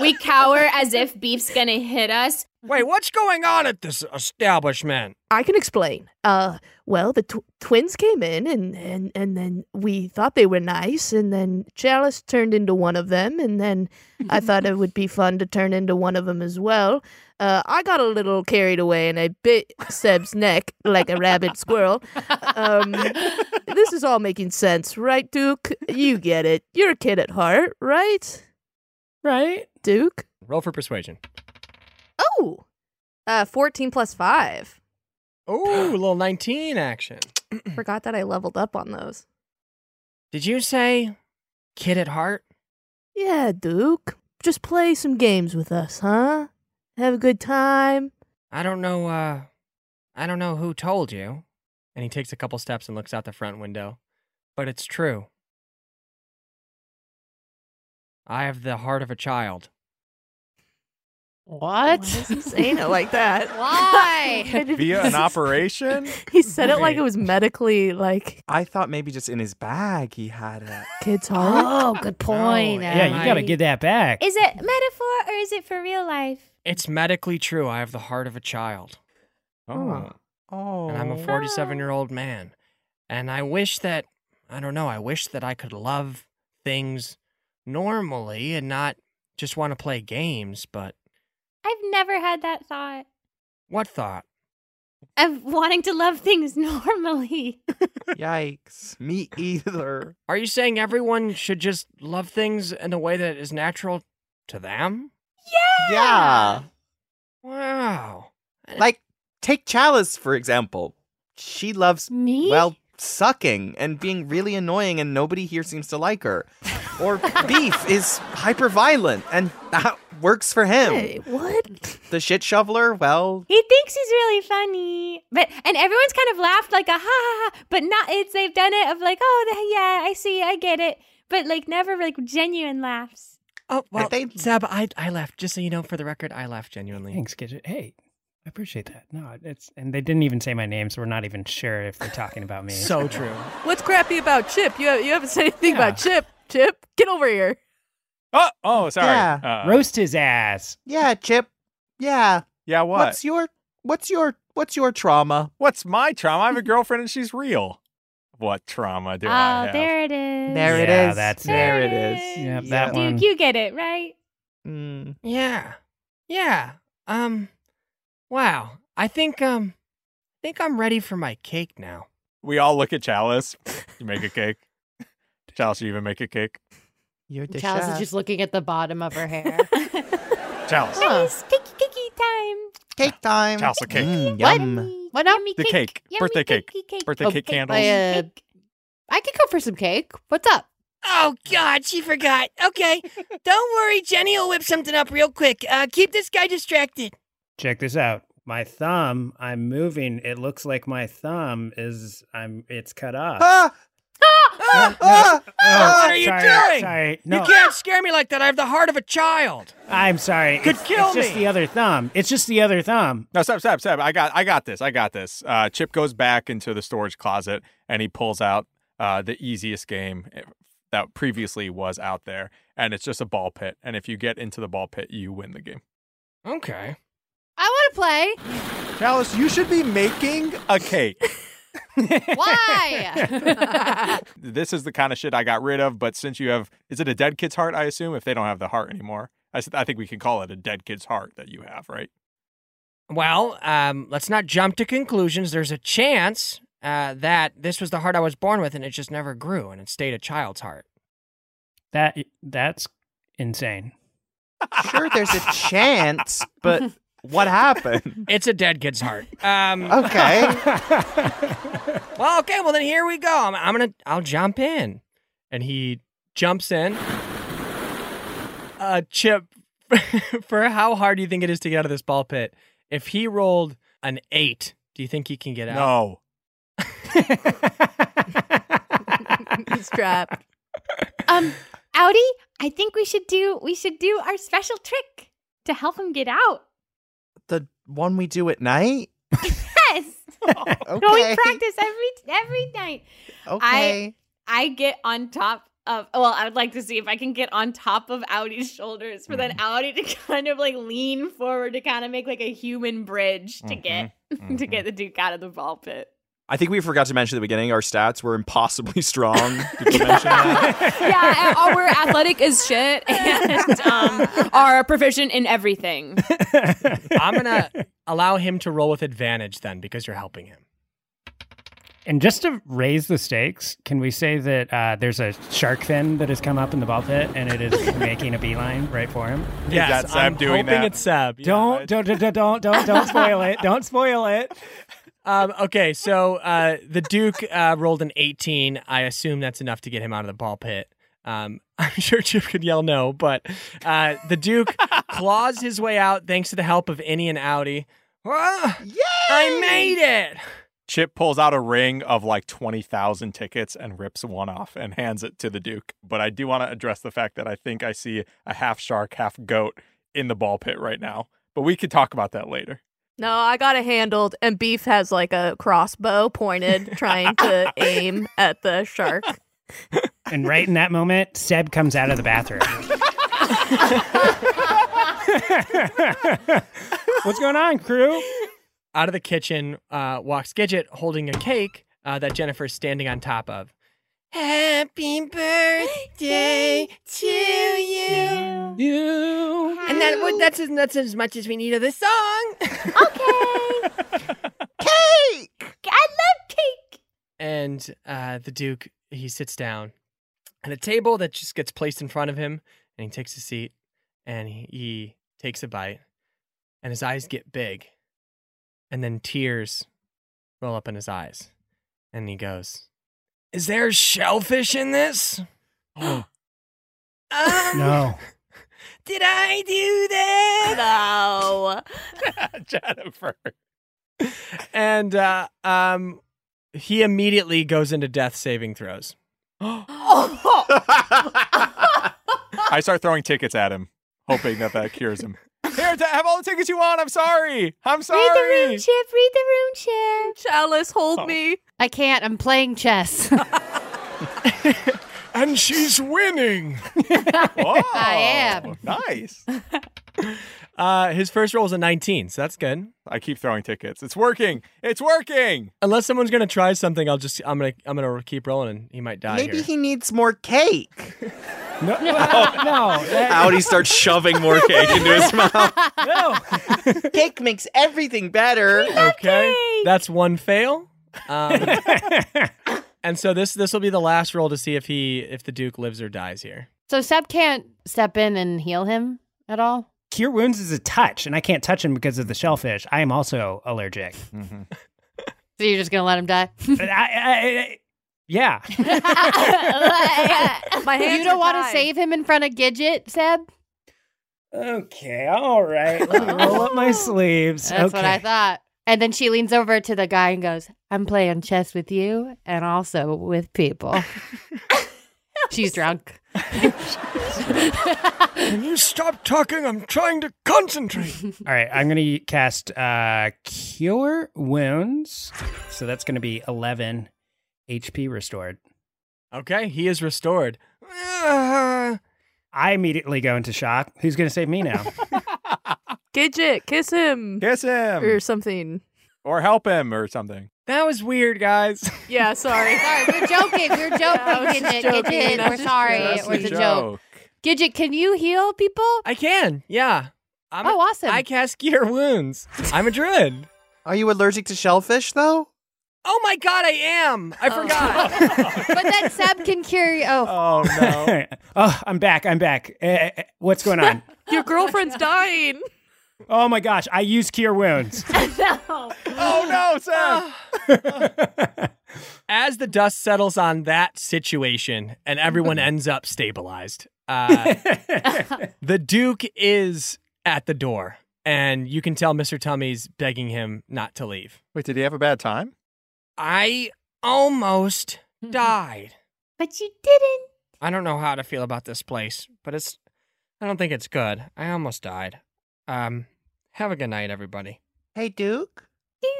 S13: we cower as if Beef's gonna hit us.
S11: Wait, what's going on at this establishment?
S10: I can explain. Uh, well, the tw- twins came in, and, and and then we thought they were nice, and then Chalice turned into one of them, and then I thought it would be fun to turn into one of them as well. Uh, I got a little carried away, and I bit Seb's neck like a rabid squirrel. Um, this is all making sense, right, Duke? You get it. You're a kid at heart, right?
S7: Right,
S10: Duke.
S2: Roll for persuasion.
S10: Oh,
S9: uh, 14 plus 5.
S2: Oh,
S10: (gasps)
S2: little 19 action.
S9: Forgot that I leveled up on those.
S11: Did you say kid at heart?
S10: Yeah, Duke. Just play some games with us, huh? Have a good time.
S11: I don't know, uh, I don't know who told you.
S2: And he takes a couple steps and looks out the front window. But it's true. I have the heart of a child.
S10: What? Why is he saying it (laughs) like that? (laughs)
S9: Why?
S8: Via an operation?
S10: He said it like it was medically like
S4: I thought maybe just in his bag he had
S11: (laughs)
S4: a
S10: kids heart.
S3: Oh, good point.
S7: yeah, you got to
S3: Emily.
S7: get that back.
S3: Is it metaphor or is it for real life?
S11: It's medically true. I have the heart of a child.
S8: Oh. Oh.
S11: And I'm a 47 year old man. And I wish that, I don't know, I wish that I could love things normally and not just want to play games. But
S3: I've never had that thought
S11: what thought?
S3: of wanting to love things (laughs) normally.
S4: Yikes.
S11: (laughs)
S4: Me either.
S11: Are you saying everyone should just love things in a way that is natural to them?
S4: Yeah.
S11: Wow.
S4: Like, take Chalice, for example. She loves,
S3: Me?
S4: well, sucking and being really annoying, and nobody here seems to like her.
S10: (laughs)
S4: Or Beef is hyper violent, and that works for him.
S10: what?
S4: The shit shoveler, well,
S3: He thinks he's really funny, but and everyone's kind of laughed like a ha ha ha, but not it's they've done it of like oh the, yeah I see I get it, but like never like genuine laughs.
S11: Oh well,
S4: they-
S11: Zeb, I I left. Just so you know, for the record, I left genuinely.
S7: Thanks, Gidget. Hey, I appreciate that. No, it's and they didn't even say my name, so we're not even sure if they're talking about me.
S11: So true.
S10: What's crappy about Chip? You you haven't said anything about Chip. Chip, get over here.
S8: Oh, oh, sorry.
S4: Yeah.
S8: Uh,
S7: Roast his ass.
S4: yeah, Chip. Yeah.
S8: yeah, what?
S4: What's your, what's your, what's your trauma?
S8: What's my trauma? I
S4: (laughs)
S8: have a girlfriend and she's real. What trauma do I
S3: oh
S8: have?
S3: there it is.
S4: There it
S7: Yeah,
S4: is.
S7: that's it.
S4: there it is.
S7: Yep, that one.
S3: Duke, you get it right.
S4: Mm.
S11: Yeah. Yeah. Um wow. I think um I think I'm ready for my cake now.
S8: We all look at Chalice. You
S7: (laughs)
S8: make a cake. Chalice, you even make a cake.
S4: You're the
S14: Chalice is
S4: chef.
S14: just looking at the bottom of her hair.
S8: Chalice.
S3: Nice cakey cakey time.
S4: Cake time.
S8: Chalice a cake.
S4: Mm,
S14: What?
S4: yum.
S14: What now?
S8: The cake.
S3: Yummy
S8: Birthday cake.
S3: cakey cake.
S8: Birthday
S14: Oh,
S8: cake
S14: cake.
S8: candles.
S14: I, uh, I could go for some cake. What's up?
S11: Oh god, she forgot. (laughs) Okay. Don't worry, Jenny will whip something up real quick. Uh keep this guy distracted.
S7: Check this out. My thumb. I'm moving. It looks like my thumb is. I'm. It's cut off.
S4: Ah!
S11: Ah!
S4: Ah! Ah!
S11: what are you
S7: sorry,
S11: doing?
S7: Sorry. No,
S11: You can't scare me like that. I have the heart of a child.
S7: I'm sorry.
S11: Could
S7: it's,
S11: kill
S7: it's just
S11: me.
S7: the other thumb. It's just the other thumb.
S8: No, stop, stop, stop. I got I got this. I got this. Uh, Chip goes back into the storage closet and he pulls out uh, the easiest game eh, that previously was out there. And it's just a ball pit. And if you get into the ball pit, you win the game.
S11: Okay.
S14: I want to play.
S8: Chalice, you should be making a cake.
S14: Why?
S8: this is the kind of shit I got rid of. But since you have, is it a dead kid's heart? I assume if they don't have the heart anymore, I, s- I think we can call it a dead kid's heart that you have, right?
S11: Well, um, let's not jump to conclusions. There's a chance uh, that this was the heart I was born with, and it just never grew, and it stayed a child's heart.
S7: That that's insane.
S4: (laughs) Sure, there's
S11: (laughs)
S4: a chance, but what happened?
S11: It's a dead kid's heart. Um, (laughs)
S4: Okay.
S11: Well, okay. Well, then here we go. I'm, I'm gonna. I'll jump in, and he jumps in. Uh, Chip, (laughs) for how hard do you think it is to get out of this ball pit? If he rolled an eight, do you think he can get out?
S8: No.
S10: He's trapped.
S3: Um, Audi, I think we should do we should do our special trick to help him get out.
S4: The one we do at night? (laughs)
S3: Yes.
S4: Okay.
S3: (laughs) No, we practice every every night.
S4: Okay.
S3: I I get on top Um, well, I would like to see if I can get on top of Audi's shoulders for
S12: Mm-hmm.
S3: then Audi to (laughs) kind of like lean forward to kind of make like a human bridge to
S12: Mm-hmm.
S3: get (laughs) to get the Duke out of the ball pit.
S12: I think we forgot to mention at the beginning our stats were impossibly (laughs)
S4: (laughs)
S12: strong. Did you mention
S3: (laughs)
S13: yeah, uh, we're athletic as shit and um, are proficient in everything.
S2: I'm
S11: (laughs)
S2: gonna allow him to roll with advantage then because you're helping him.
S7: And just to raise the stakes, can we say that uh, there's a shark fin that has come up in the ball pit and it (laughs) is making a beeline right for him?
S2: Yes, Is that Seb I'm doing hoping that? it's Seb.
S7: Don't, don't, don't, don't, don't, don't spoil it. Don't spoil it.
S2: (laughs) Um, okay, so uh, the Duke uh, rolled an 18. I assume that's enough to get him out of the ball pit. Um, (laughs) I'm sure Chip could yell no, but uh,
S7: (laughs)
S2: the Duke claws his way out thanks to the help of Innie and Audi. Ah, I made it!
S8: Chip pulls out a ring of like 20,000 tickets and rips one off and hands it to the Duke. But I do want to address the fact that I think I see a half shark, half goat in the ball pit right now. But we could talk about that later. (gasps)
S10: No, I got it handled, and Beef has like a crossbow
S2: (laughs)
S10: pointed, trying to aim at the shark.
S7: (laughs) And right in that moment, Seb comes out of the bathroom. (laughs) What's going on, crew?
S2: Out of the kitchen uh, walks Gidget holding a cake uh, that Jennifer's standing on top of.
S11: Happy birthday to you. You. And that well, that's as that's as much as we need of this song.
S3: Cake! I love cake.
S2: And uh, the Duke, he sits down at a table that just gets placed in front of him, and he takes a seat and he, he takes a bite, and his eyes get big, and then tears roll up in his eyes, and he goes, Is there shellfish in this? no.
S7: No.
S11: um, Did I do that?
S13: No.
S7: (laughs)
S8: Jennifer.
S2: And uh, um, he immediately goes into death saving throws.
S8: I start throwing tickets at him, hoping that that cures him. (laughs) Here, to have all the tickets you want. I'm sorry. I'm
S9: (laughs)
S8: sorry.
S9: Read the room, Chip. Read the room, Chip.
S10: Chalice,
S8: Oh.
S10: hold me.
S9: I can't. I'm playing chess.
S2: and she's winning.
S9: I am.
S8: Nice.
S2: Uh, his first roll is a 19, so that's good.
S8: I keep throwing tickets. It's working. It's working.
S2: Unless someone's gonna try something, I'll just I'm gonna I'm gonna keep rolling, and he might die.
S4: Maybe
S2: here.
S4: he needs more cake. (laughs)
S12: (laughs)
S7: No, no,
S12: that? Oh, Audi starts shoving more cake into
S2: (laughs)
S12: his mouth.
S7: no.
S4: (laughs) Cake makes everything better.
S2: Okay, that's one fail.
S12: (laughs)
S2: Um, and so this this will be the last roll to see if he if the Duke lives or dies here.
S9: so Seb can't step in and heal him at all.
S7: Cure wounds is a touch, and I can't touch him because of the shellfish. I am also allergic.
S2: Mm-hmm.
S9: So you're just gonna let him die?
S7: But I, I, I- yeah.
S10: My hands
S9: (laughs) you don't
S10: are
S9: want to
S10: tied.
S9: save him in front of Gidget, Seb?
S7: Okay, all right. Let me roll up (laughs) my sleeves.
S9: That's what I
S7: Okay.
S9: thought. And then she leans over to the guy and goes, "I'm playing chess with you, and also with
S10: (laughs)
S9: people." She's
S7: (laughs)
S9: drunk.
S11: Can you stop talking? I'm trying to (laughs) concentrate.
S7: All right, I'm going to cast uh, Cure Wounds. So that's going to be 11 HP restored.
S2: Okay, he is restored.
S7: I immediately go into shock. Who's going to save me
S2: (laughs)
S7: now?
S10: Gidget, kiss him
S8: Kiss
S10: or
S8: him
S10: something.
S8: or help him or something.
S2: That was weird, guys.
S10: Yeah, sorry.
S9: (laughs) sorry, we're joking. We're joking, Gidget. Gidget,
S10: I was
S9: we're
S10: just
S9: sorry.
S8: That's
S9: It was
S8: the
S9: a joke. Gidget, can you heal people?
S2: I can, yeah. I'm
S9: oh, awesome.
S2: I cast Cure Wounds. I'm a druid.
S4: (laughs) Are you allergic to shellfish though?
S2: Oh my god, I am. I
S11: Oh.
S2: forgot.
S11: (laughs)
S9: but then Seb can cure. Oh,
S8: Oh no.
S7: (laughs) oh, I'm back. I'm back. Eh, eh, eh, what's going
S2: (laughs)
S7: on?
S10: Your
S9: (laughs)
S10: girlfriend's dying.
S7: Oh my gosh, I use Cure Wounds.
S8: oh no, Sam.
S2: As the dust settles on that situation and everyone ends up stabilized, uh, the Duke is at the door, and you can tell Mr. Tummy's begging him not to leave.
S8: Wait, did he have a bad time?
S11: I almost died.
S3: But you didn't.
S11: I don't know how to feel about this place, but it's. I don't think it's good. I almost died. Um, have a good night, everybody.
S4: Hey Duke,
S3: Duke.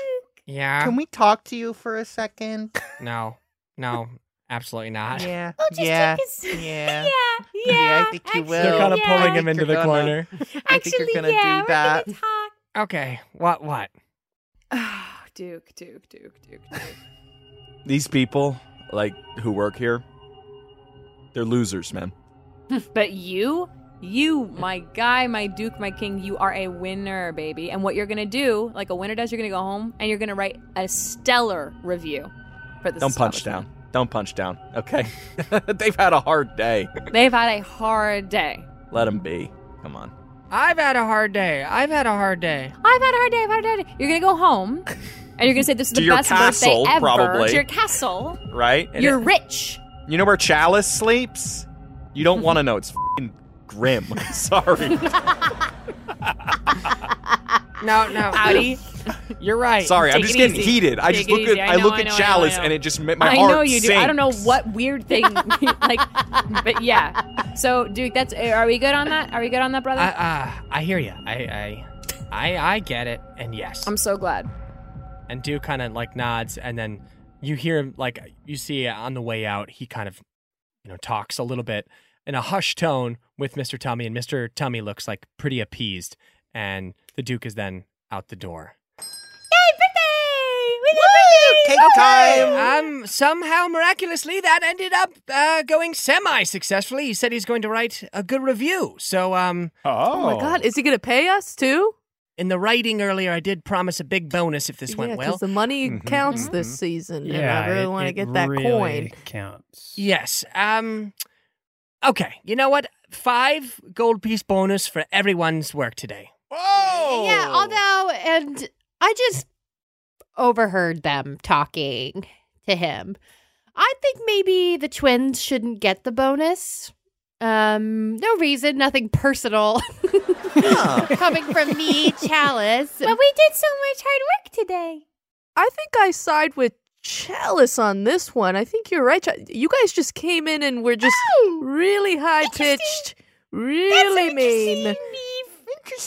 S11: Yeah.
S4: can we talk to you for a second?
S11: No, no. Absolutely not.
S14: Yeah.
S3: We'll just
S14: yeah.
S3: take his-
S14: yeah.
S3: yeah.
S14: Yeah, I think you will.
S2: They're kind of
S14: I
S2: pulling
S14: think
S2: him into
S14: you're
S2: the
S14: gonna-
S11: (laughs)
S2: corner.
S14: I think you're
S3: Actually,
S14: gonna
S3: yeah,
S14: do
S3: we're
S14: that.
S11: Okay. What? What?
S3: Duke, Duke, Duke, Duke.
S4: These people, like who work here, they're losers, man.
S13: (laughs) but you, you, my guy, my duke, my king, you are a winner, baby. And what you're gonna do, like a winner does, you're gonna go home and you're gonna write a stellar review for this.
S4: Don't punch down. Don't punch down. Okay. (laughs) They've had a hard day.
S13: They've had a hard day.
S4: Let them be. Come on.
S11: I've had a hard day. I've had a hard day.
S13: I've had a hard day. I've had a hard day. You're gonna go home, and you're gonna say this
S4: (laughs)
S13: is
S4: To
S13: the
S4: your
S13: best
S4: castle,
S13: birthday ever.
S4: probably.
S13: To your castle.
S4: Right? And
S13: you're
S4: it- (laughs)
S13: rich.
S4: You know where Chalice sleeps? You don't want to know. It's fing grim. (laughs) Sorry.
S11: No, (laughs) no.
S13: Howdy.
S11: You're right.
S4: Sorry, I'm just getting heated. I
S13: Take
S4: just
S13: it
S4: look at
S13: easy.
S4: I,
S13: I know,
S4: look
S13: I
S4: at
S13: know, I know, I
S4: Chalice
S13: know.
S4: and it just made my
S13: I
S4: heart
S13: know you do. I
S4: sink.
S13: don't know what weird (laughs) thing, like, but yeah. So, Duke, that's. Are we good on that? Are we good on that, brother?
S11: I, uh, I hear you. I, I, I, I get it. And yes.
S13: I'm so glad.
S11: And Duke kind of like nods, and then you hear him like you see uh, on the way out. He kind of, you know, talks a little bit in a hushed tone with Mister Tummy, and Mister Tummy looks like pretty appeased. And the Duke is then out the door.
S14: Cake
S11: Um, somehow miraculously that ended up uh, going semi-successfully. He said he's going to write a good review. So, um,
S10: Oh my God, is he gonna pay us too?
S11: In the writing earlier, I did promise a big bonus if this went
S10: yeah,
S11: well.
S10: the money counts this season,
S11: Mm-hmm. Yeah,
S10: and I really
S11: it-
S10: want to
S11: it
S10: get that
S11: really
S10: coin. (laughs)
S7: Counts.
S11: Yes. Um. Okay. You know what? Five gold piece bonus for everyone's
S10: (laughs)
S11: work today.
S15: Yeah,
S11: Oh!
S9: although, and I just overheard them talking to him. I think maybe the twins shouldn't get the bonus. Um, no reason, nothing personal (laughs) coming from
S11: (laughs)
S9: me, Chalice.
S3: But we did so much hard work today.
S10: I think I side with Chalice on this one. I think you're right. Chal- You guys just came in and were just
S3: Oh,
S10: really high pitched, really mean.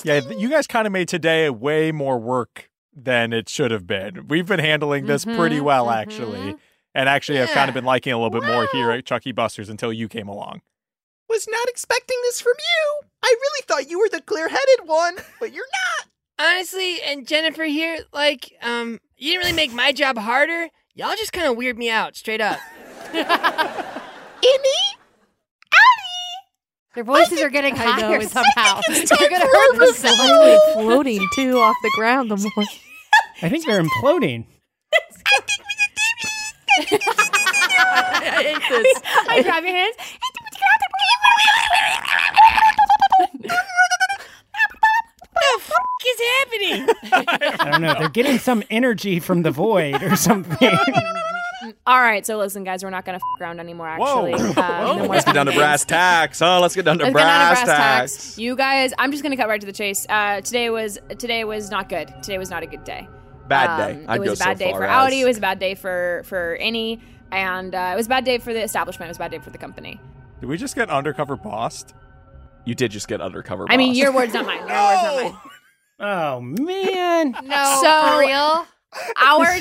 S8: Yeah, th- you guys kind of made today way more work than it should have been. We've been handling this pretty
S13: Mm-hmm,
S10: Mhm,
S8: well, actually, and actually have kind of been liking it a little bit more here at Chucky Buster's until you came along.
S14: Was not expecting this from you. I really thought you were the clear-headed one, but you're not.
S11: Honestly, and Jennifer here, like, um, you didn't really make my job harder. Y'all just kind of weird me out,
S14: (laughs)
S11: straight up.
S14: Innie?
S9: Their voices are getting
S10: I know,
S9: higher
S10: it's-
S9: somehow. You're gonna
S10: hurt the
S9: sound.
S7: (laughs)
S10: floating too off the ground. The more
S7: I think they're imploding.
S10: I hate this.
S13: I grab your hands.
S14: (laughs)
S11: What the f- is happening?
S7: I don't know. They're getting some energy from the void or something.
S13: All right, so listen, guys, we're not gonna f- around
S4: (laughs)
S13: anymore. Actually, Um, no more
S4: Let's get down to brass tacks, huh? Let's get down to
S13: Let's get down
S4: brass,
S13: to brass
S4: tacks.
S13: tacks. You guys, I'm just gonna cut right to the chase. Uh, today was today was not good. Today was not a good day.
S4: Bad day.
S13: Um,
S4: I'd
S13: it was
S4: go
S13: a bad
S4: so
S13: day
S4: far
S13: for
S4: as-
S13: Audi. It was a bad day for for Innie, and uh, it was a bad day for the establishment. It was a bad day for the company.
S8: Did we just get undercover bossed?
S4: You did just get undercover.
S13: I mean,
S4: bossed.
S13: (laughs) your words, not mine. Your words, not mine.
S7: Oh man.
S9: No,
S13: So-
S9: for real.
S13: our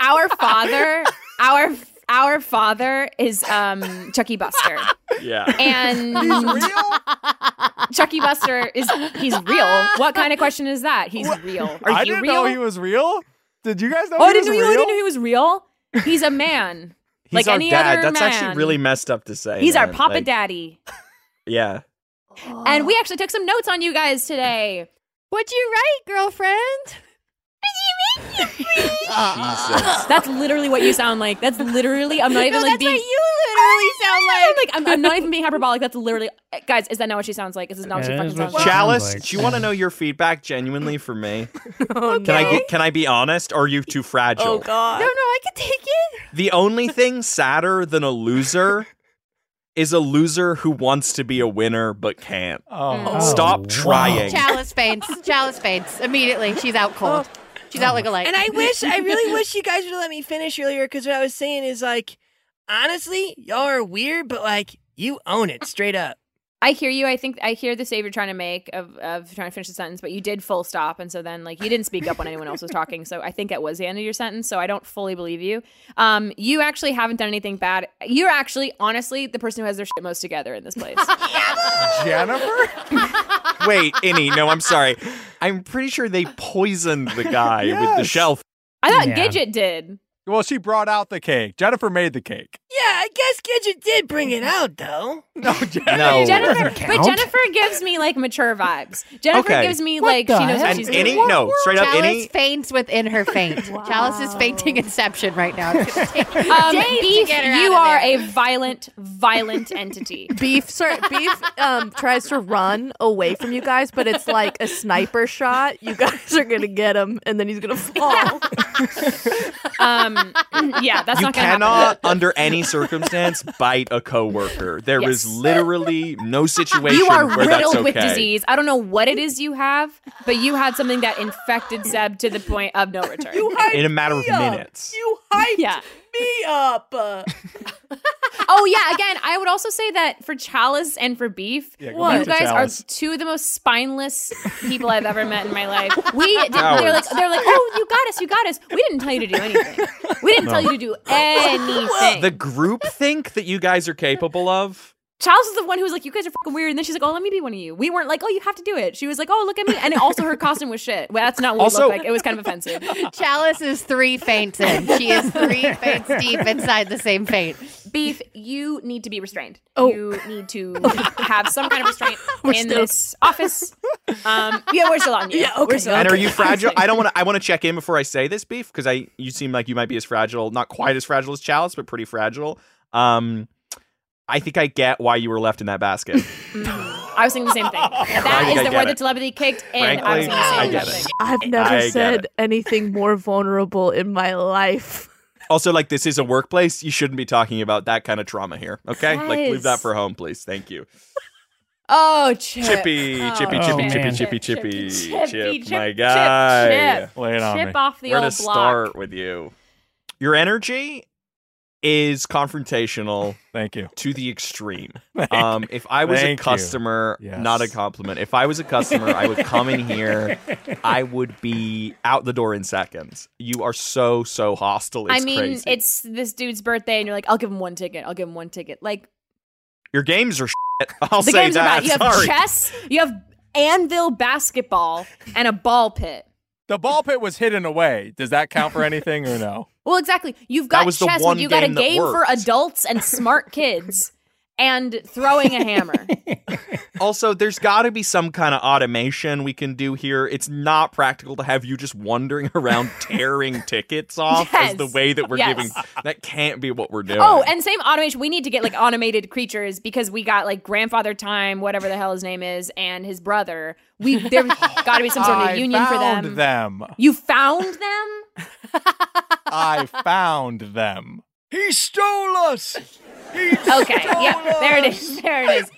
S13: our father our our father is um Chucky Buster.
S4: Yeah.
S13: And Chucky Buster is he's real. What kind of question is that? He's
S8: (laughs)
S13: real. Are
S8: I
S13: you
S8: didn't
S13: real?
S8: know he was real. Did you guys know
S13: oh, I
S8: he was
S13: didn't know you
S8: real?
S13: I didn't know he was real. He's a man.
S4: He's
S13: like
S4: our
S13: any
S4: dad.
S13: other
S4: That's
S13: man.
S4: actually really messed up to say.
S13: He's our
S4: man.
S13: papa
S4: Like,
S13: daddy.
S4: Yeah.
S13: And we actually took some notes on you guys today.
S9: What'd you write, girlfriend?
S13: (laughs)
S4: Jesus.
S13: That's literally what you sound like. That's literally. I'm not even
S9: No,
S13: like
S9: that's
S13: being.
S9: what you
S13: (laughs)
S9: literally sound
S13: I'm like I'm, I'm not even being hyperbolic. That's literally, guys. Is that not what she sounds like? Is this not what she
S4: That
S13: fucking
S4: is what
S13: sounds (laughs)
S4: she
S9: (laughs)
S13: like?
S4: Chalice,
S14: sounds like.
S4: do you want to know your feedback genuinely for
S13: (laughs)
S4: me?
S9: Oh,
S10: Can
S4: I get, can I be honest? Or are you too fragile?
S11: Oh,
S13: Oh,
S10: God.
S9: No, no, I can take it.
S4: The
S13: (laughs)
S4: only thing sadder than a loser is a loser who wants to be a winner but can't.
S13: Mm.
S8: Oh.
S4: Stop trying.
S9: Chalice faints. Chalice faints immediately. She's out cold. She's out like a light.
S11: Oh. And I wish,
S9: (laughs)
S11: I really wish you guys would let me finish earlier because what I was saying is like, honestly, y'all are weird, but like, you own it straight up.
S13: I hear you. I think I hear the save you're trying to make of, of trying to finish the sentence, but you did full stop, and so then like you didn't speak up when anyone else was talking. So I think that was the end of your sentence. So I don't fully believe you. Um, you actually haven't done anything bad. You're actually, honestly, the person who has their shit most together in
S9: (laughs)
S13: this place.
S8: Jennifer?
S4: (laughs) Wait, Innie, no, I'm sorry. I'm pretty sure they poisoned the guy with the
S8: Yes.
S4: shelf.
S13: I thought
S8: Yeah.
S9: (laughs)
S13: Gidget did.
S8: Well, she brought out the cake. Jennifer made the cake.
S14: I guess Gidget did bring it out, though.
S4: (laughs)
S8: No.
S13: Jennifer, but Jennifer gives me like mature vibes. Jennifer
S4: Okay.
S13: gives me
S4: What
S13: like
S4: the
S13: she knows what
S4: heck?
S13: she's
S4: And any-
S13: doing.
S4: no, straight up,
S9: Chalice
S4: any-
S9: faints within her
S13: (laughs)
S9: faint. Chalice is fainting Inception right now. It's gonna take
S13: Um,
S9: days to
S13: Beef,
S9: get her out
S13: you
S9: of
S13: are
S9: there.
S13: a violent, violent entity.
S10: Beef,
S3: (laughs)
S10: sorry, Beef um, tries to run away from you guys, but it's like a sniper shot. You guys are gonna get him, and then he's gonna fall.
S9: (laughs)
S13: um, yeah, that's
S4: you
S13: not gonna
S4: cannot, (laughs)
S13: happen.
S4: under any circumstance, bite a coworker. There is
S13: Yes.
S4: literally no situation
S13: (laughs) you are
S4: where
S13: riddled
S4: that's okay.
S13: with disease. I don't know what it is you have, but you had something that infected Zeb to the point
S9: (laughs)
S13: of no return. You
S4: In a matter of minutes.
S10: You hyped
S13: yeah.
S10: me up.
S13: (laughs) Oh yeah. Again, I would also say that for Chalice and for Beef,
S10: Yeah, go back
S13: you
S10: to
S13: guys
S10: Chalice.
S13: are two of the most spineless people I've ever met in
S10: (laughs)
S13: my life. We they're
S10: Cowards.
S13: like they're like, oh, you got us, you got us. We didn't tell you to do anything. We didn't
S4: No.
S13: tell you
S10: (laughs)
S13: to do anything.
S4: The group think that you guys are capable of.
S13: Chalice is the one who was like, "You guys are fucking weird," and then she's like, "Oh, let me be one of you." We weren't like, "Oh, you have to do it." She was like, "Oh, look at me," and also her costume was shit. Well, that's not what
S9: Also-
S13: it looked like. It was kind of offensive.
S10: (laughs)
S9: Chalice is three faints in. She is three
S13: (laughs)
S9: faints deep inside the same faint.
S13: Beef, you need to be restrained.
S9: Oh.
S13: You need to have some kind of restraint
S9: We're
S13: in
S9: still-
S13: this office. Um, yeah, we're still on you. Yeah, We're still
S4: and
S13: on
S4: are
S13: you.
S4: you
S13: (laughs)
S4: fragile? I don't want to. I want to check in before I say this, beef, because I you seem like you might be as fragile, not quite as fragile as Chalice, but pretty fragile. Um, I think I get why you were left in that basket.
S13: Mm. I was thinking the same
S10: (laughs)
S13: thing. That
S4: I
S13: is the
S4: get
S13: word
S4: it.
S13: that telepathy kicked in. I was
S4: Frankly,
S13: thinking the
S4: I
S13: same
S4: get
S13: thing.
S4: it.
S10: I've never
S4: I get
S10: said anything more vulnerable in my life.
S4: Also, like this is a workplace. You shouldn't be talking about that kind of trauma here. Okay, like leave that
S10: Guys.
S4: for home, please. Thank you.
S13: Oh, Chip.
S4: Chippy,
S13: Oh,
S4: chippy, chippy,
S13: Chip.
S4: chippy, chippy,
S13: Chip, Chip,
S4: chippy,
S13: Chip,
S4: chip,
S13: Chip,
S4: my
S13: Chip,
S4: guy.
S13: Chip. Chip off the
S4: Where
S13: old
S4: to
S13: block.
S4: start with you? Your energy is confrontational.
S8: Thank you.
S4: To the extreme.
S8: (laughs) Thank-
S4: Um, if I was a
S8: thank you.
S4: customer, not a compliment. If I was a customer, I would come in
S8: (laughs)
S4: here. I would be out the door in seconds. You are so so hostile. It's
S13: I mean,
S4: crazy.
S13: it's this dude's birthday, and you're like, I'll give him one ticket. I'll give him one ticket. Like,
S4: Your games are. Shit. (laughs) I'll
S13: the
S4: say
S13: game's
S4: that.
S13: about. You have
S4: Sorry.
S13: chess, you have anvil basketball, and a ball pit.
S8: The ball pit was hidden away. Does that count for anything or no?
S13: Well, exactly. You've
S8: That
S13: got
S8: was the
S13: chess,
S8: one
S13: but you got a
S8: game that
S13: game for
S8: worked.
S13: adults and smart kids, and
S4: (laughs)
S13: throwing a hammer.
S4: also, there's got to be some kind of automation we can do here. It's not practical to have you just wandering (laughs) around tearing tickets off as the
S13: Yes.
S4: way that we're
S13: Yes.
S4: giving. That can't be what we're doing.
S13: Oh, and same automation. We need to get like automated creatures because we got like grandfather time, whatever the hell his name is, and his brother. We there's got to be some sort
S14: (laughs)
S13: of
S8: I
S13: union for
S8: found
S13: them.
S8: them.
S13: You found them. (laughs)
S8: I found them.
S14: He stole us.
S13: (laughs) Okay. Yeah. There it is. There it is.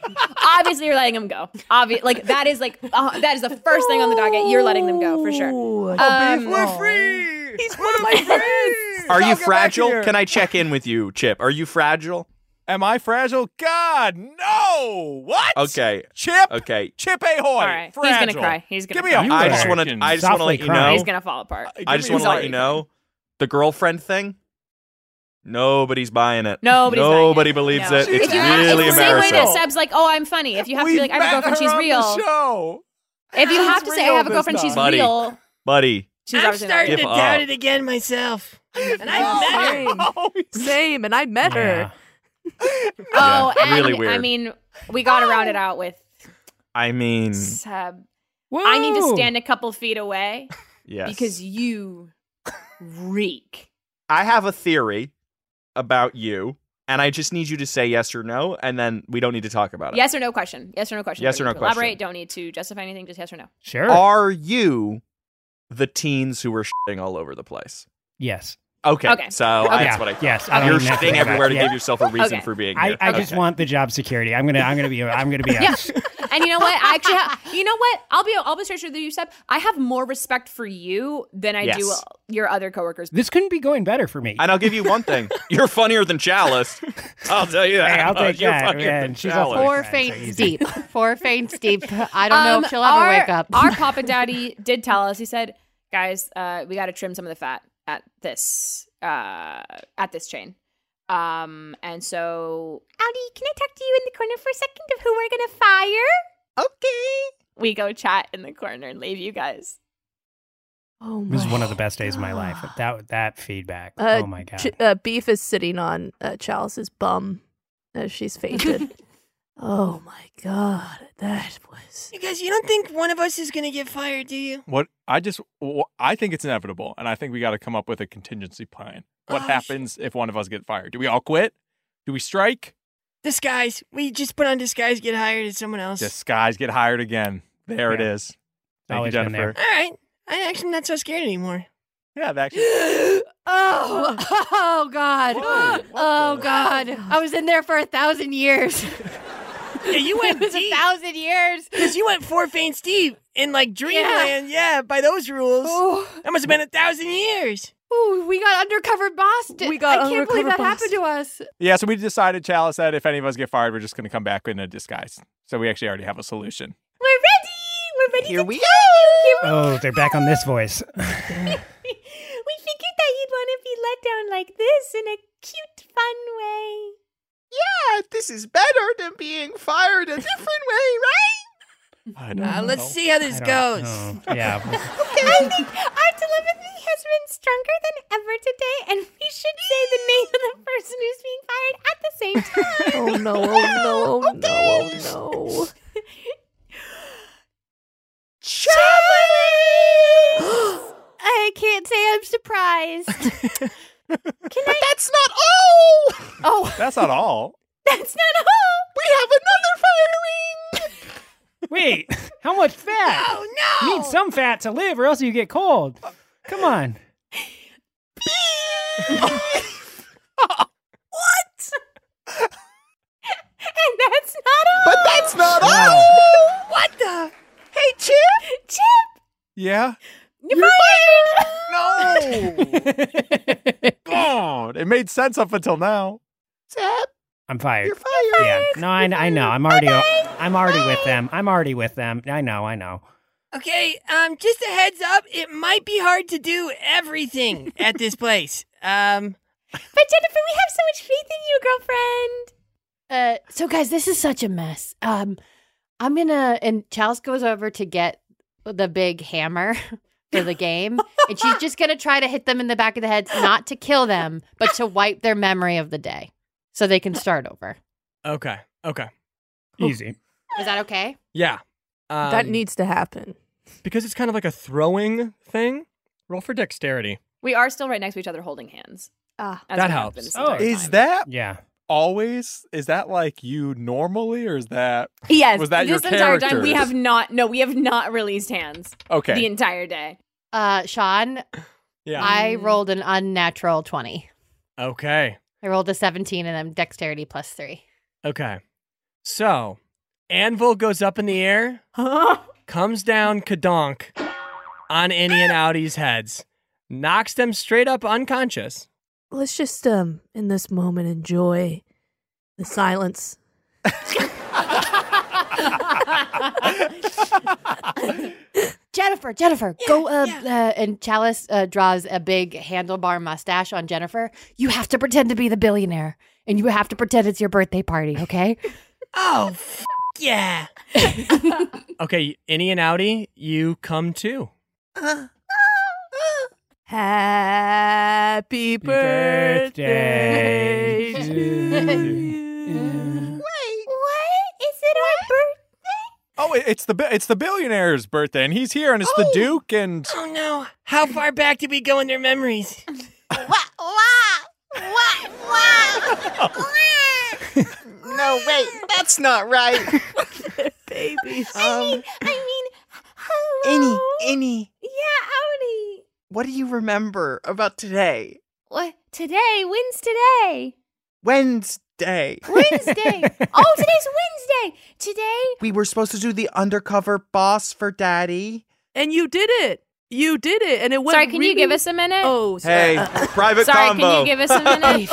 S13: Obviously, you're letting him go. Obvious. Like that is like uh, that is the first thing on the docket. You're letting them go for sure. Um,
S14: we're free.
S10: He's one of my friends.
S4: Are
S8: I'll
S4: you
S8: get back
S4: fragile?
S8: here.
S4: Can I check in with you, Chip? Are you fragile?
S8: Am I fragile? Oh, God, no! What?
S4: Okay.
S8: Chip.
S4: Okay.
S8: Chip ahoy.
S13: All right. He's gonna cry. He's gonna
S8: Give me
S13: cry.
S8: a Uh,
S4: I just want to. I just want to let you know.
S13: He's gonna fall apart.
S4: I just want to let you know the girlfriend thing. Nobody's buying it.
S13: Nobody's buying
S4: Nobody believes it. It's
S13: If you have-
S4: really
S13: it's the same way
S4: embarrassing.
S13: that Seb's like, oh, I'm funny. If you have to be like, I have a girlfriend, she's real. If you have to say, I have a girlfriend, she's
S4: Buddy,
S13: real.
S4: buddy.
S13: She's
S14: I'm
S13: obviously not
S14: starting to
S4: real. Give
S14: doubt
S4: up.
S14: it again myself. And
S10: No.
S14: I met her.
S11: (laughs) Oh,
S10: Same, and I met her.
S13: Oh,
S4: Yeah,
S13: and
S4: really
S13: I
S4: weird.
S13: mean, we gotta round it out with
S4: I mean,
S13: Seb. I need to
S4: Whoa.
S13: stand a couple feet away
S4: yes.
S13: because you reek.
S4: I have a theory about you, and I just need you to say yes or no, and then we don't need to talk about it.
S13: Yes or no question. Yes or no question.
S4: Yes
S13: Don't
S4: or
S13: need
S4: no
S13: to Elaborate. Don't need to justify anything. Just yes or no.
S4: Sure. Are you the teens who were shitting all over the place?
S16: Yes.
S12: Okay,
S13: Okay.
S12: so
S7: Okay.
S12: that's what I.
S7: Yes, I don't
S12: you're
S7: even have to
S12: shitting
S7: think about
S12: everywhere
S7: it.
S12: to
S7: Yeah.
S12: give yourself a reason
S13: Okay.
S12: for being
S7: I,
S12: here.
S7: I just
S12: Okay.
S7: want the job security. I'm gonna I'm gonna be a, I'm gonna be a,
S13: Yeah. and you know what? I actually, ha- you know what? I'll be I'll be straight with you, Seb. I have more respect for you than I do
S12: Yes.
S13: your other coworkers.
S7: This couldn't be going better for me.
S12: And I'll give you one
S7: (laughs)
S12: thing: you're funnier than Chalice. I'll tell you that.
S7: Hey, I'll take
S12: you're
S7: that,
S12: funnier
S7: man.
S12: than
S7: She's a
S12: Chalice.
S9: Four faints deep. Four faints deep. I don't know
S13: Um,
S9: if she'll ever
S13: our-
S9: wake up. (laughs)
S13: our Papa Daddy did tell us. He said, "Guys, uh, we got to trim some of the fat at this uh, at this chain." Um, and so
S3: Audi, can I talk to you in the corner for a second of who we're gonna fire? Okay.
S13: we go chat in the corner and leave you guys.
S10: Oh
S7: (laughs) This is one of the best days of my life. That that feedback.
S10: Uh,
S7: oh my god.
S10: Ch- uh, Beef is sitting on uh, Chalice's bum as she's
S13: (laughs)
S10: fainted. oh my god, that was.
S11: You guys, you don't think one of us is gonna get fired, do you?
S8: What I just wh- I think it's inevitable, and I think we got to come up with a contingency plan. What happens if one of us get fired? Do we all quit? Do we strike?
S11: Disguise. We just put on disguise, get hired as someone else.
S8: Disguise, get hired again. There it
S11: Yeah.
S8: is. Thank
S7: Always
S8: you,
S7: been there.
S8: Jennifer.
S11: All right. I actually am not so scared anymore.
S8: Yeah, that
S9: (gasps) Oh, (laughs) oh God. (gasps) oh God. I was in there for a thousand years.
S11: (laughs)
S9: (laughs)
S11: Yeah, you went
S9: it was
S11: deep.
S9: a thousand years.
S11: Because you went four faints deep in like dreamland. Yeah, by those rules. That must have been a thousand years.
S9: Ooh, we got undercover Boston.
S11: We got
S9: I can't believe
S11: undercover
S9: that happened to us.
S8: Yeah, so we decided, Chalice, that if any of us get fired, we're just going to come back in a disguise. So we actually already have a solution.
S3: We're ready. We're ready
S8: Here
S3: to
S8: we
S3: kill you. Here
S7: Oh, they're back on this voice.
S3: (laughs) we figured that you'd want to be let down like this in a cute, fun way.
S4: Yeah, this is better than being fired a different way, right?
S8: I
S11: Uh, let's see how this goes.
S7: Oh,
S11: (laughs)
S7: Yeah.
S3: I think our telepathy has been stronger than ever today, and we should say the name of the person who's being fired at the same time.
S10: Oh no! Oh no! Oh no! Oh
S3: I can't say I'm surprised. Can
S4: but
S3: I-
S4: that's not all.
S9: Oh,
S8: That's not all.
S3: (laughs) that's not all.
S4: We have another firing.
S7: Wait, how much fat?
S11: Oh
S7: no! You need some fat to live, or else you get cold. Come on.
S3: What? (laughs) and that's not all.
S4: But that's not
S7: Wow.
S4: all.
S3: What the? Hey, Chip. Chip,
S8: Yeah?
S3: you're, fired.
S4: No.
S8: (laughs) God, it made sense up until now.
S4: Tap.
S7: I'm fired.
S4: You're fired.
S7: Yeah. No, I, I know. I'm already. I'm already with them. I'm already with them. I know. I know.
S11: Okay, um, just a heads up, it might be hard to do everything at
S8: (laughs)
S11: this place. Um,
S3: But Jennifer, we have so much faith in you, girlfriend.
S14: Uh,
S9: So guys, this is such a mess. Um, I'm gonna and Chalice goes over to get the big hammer (laughs) for the game, and she's just gonna try to hit them in the back of the heads, not to kill them, but to wipe their memory of the day, so they can start over.
S11: okay, okay.
S7: Easy.
S9: Is that okay?
S11: Yeah.
S10: that
S11: um,
S10: needs to happen.
S11: because it's kind of like a throwing thing. Roll for dexterity.
S13: We are still right next to each other, holding hands.
S10: Ah.
S13: As
S11: That
S13: we have been
S11: helps.
S13: this entire
S8: Is
S13: time.
S8: that
S7: Yeah.
S8: always, is that like you normally, or is that,
S13: Yes.
S8: was that your
S13: this entire
S8: character?
S13: time we have not. No, we have not released hands.
S8: Okay.
S13: The entire day.
S9: Uh, Sean,
S8: yeah.
S9: I rolled an unnatural twenty.
S11: Okay.
S9: I rolled a seventeen, and I'm dexterity plus three.
S11: Okay. So, anvil goes up in the air, comes down kadonk on Innie and Audie's heads, knocks them straight up unconscious.
S10: Let's just um in this moment enjoy the
S13: (laughs)
S10: silence.
S9: Jennifer, Jennifer, go uh, uh, and Chalice uh, draws a big handlebar mustache on Jennifer. You have to pretend to be the billionaire, and you have to pretend it's your birthday party. Okay?
S11: Oh, f- yeah. okay, Innie and Audie, you come too.
S10: Happy birthday.
S3: Wait. What? Is it our birthday?
S8: Oh, it- it's the bi- it's the billionaire's birthday, and he's here, and it's the Duke, and
S11: Oh no! How far back did we go in their
S3: (laughs)
S11: memories?
S3: Wah, wah. Wah, wah. (laughs)
S4: No, wait, that's not
S3: (laughs)
S4: right.
S10: Babies.
S3: I mean, I mean, hello.
S4: Any, any.
S3: Yeah, Audi.
S4: What do you remember about today?
S3: Well,
S17: Well, today, when's today?
S4: (laughs) Wednesday.
S17: Wednesday. oh, today's Wednesday. Today,
S4: We were supposed to do the undercover boss for Daddy.
S10: And you did it. You did it, and it went.
S3: Sorry, can you
S10: really-
S3: give us a minute?
S10: Oh,
S4: Hey, private
S3: Sorry,
S4: combo.
S3: can you give us a minute?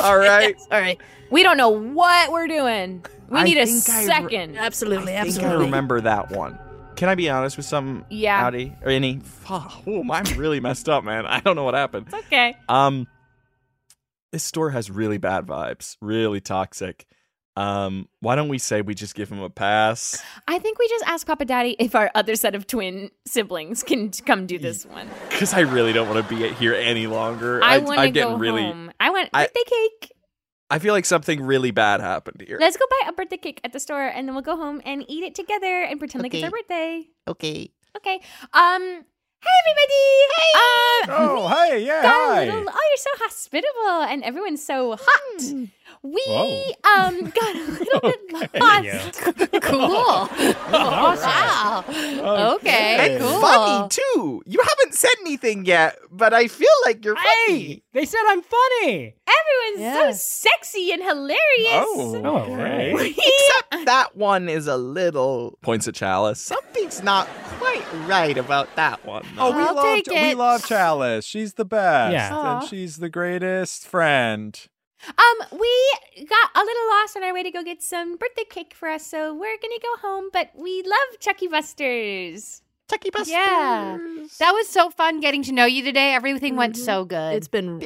S4: (laughs) All right.
S10: All right.
S3: We don't know what we're doing. We
S4: I
S3: need a
S4: think I re-
S3: second.
S10: absolutely,
S4: I think I remember that one. Can I be honest with some
S3: Yeah.
S4: Audi or any? Oh, I'm really messed up, man. I don't know what happened.
S3: Okay.
S4: Um, this store has really bad vibes, really toxic. Um, why don't we say we just give him a pass?
S3: I think we just ask Papa Daddy if our other set of twin siblings can t- come do this one.
S4: Because I really don't want to be here any longer.
S3: I
S4: I'm
S3: want to
S4: getting
S3: go
S4: really.
S3: home. I want
S4: I-
S3: birthday cake.
S4: I feel like something really bad happened here. (laughs)
S3: Let's go buy a birthday cake at the store, and then we'll go home and eat it together and pretend like it's our birthday.
S4: okay.
S3: Okay. Um. Hey, everybody. Hey.
S8: Oh, hey, yeah, hi.
S3: oh, you're so hospitable, and everyone's so hot. We
S8: Whoa. (laughs)
S3: um got a little bit lost. cool.
S4: Wow.
S3: Wow. Oh, Okay.
S4: And
S3: Cool.
S4: funny too. You haven't said anything yet, but I feel like you're funny.
S7: they said I'm funny.
S3: Everyone's so sexy and hilarious.
S4: Oh.
S8: Oh.
S4: (laughs) Except that one is a little points at Chalice. Something's not quite right about that one.
S8: Oh, we
S4: I'll
S8: love
S4: take
S8: we
S4: it.
S8: love Chalice. She's the best,
S4: Yeah.
S8: and she's the greatest friend.
S3: Um, we got a little lost on our way to go get some birthday cake for us, so we're gonna go home. But we love Chucky Busters.
S4: Chucky Busters.
S18: Yeah.
S9: That was so fun getting to know you today. Everything went so good. It's
S10: been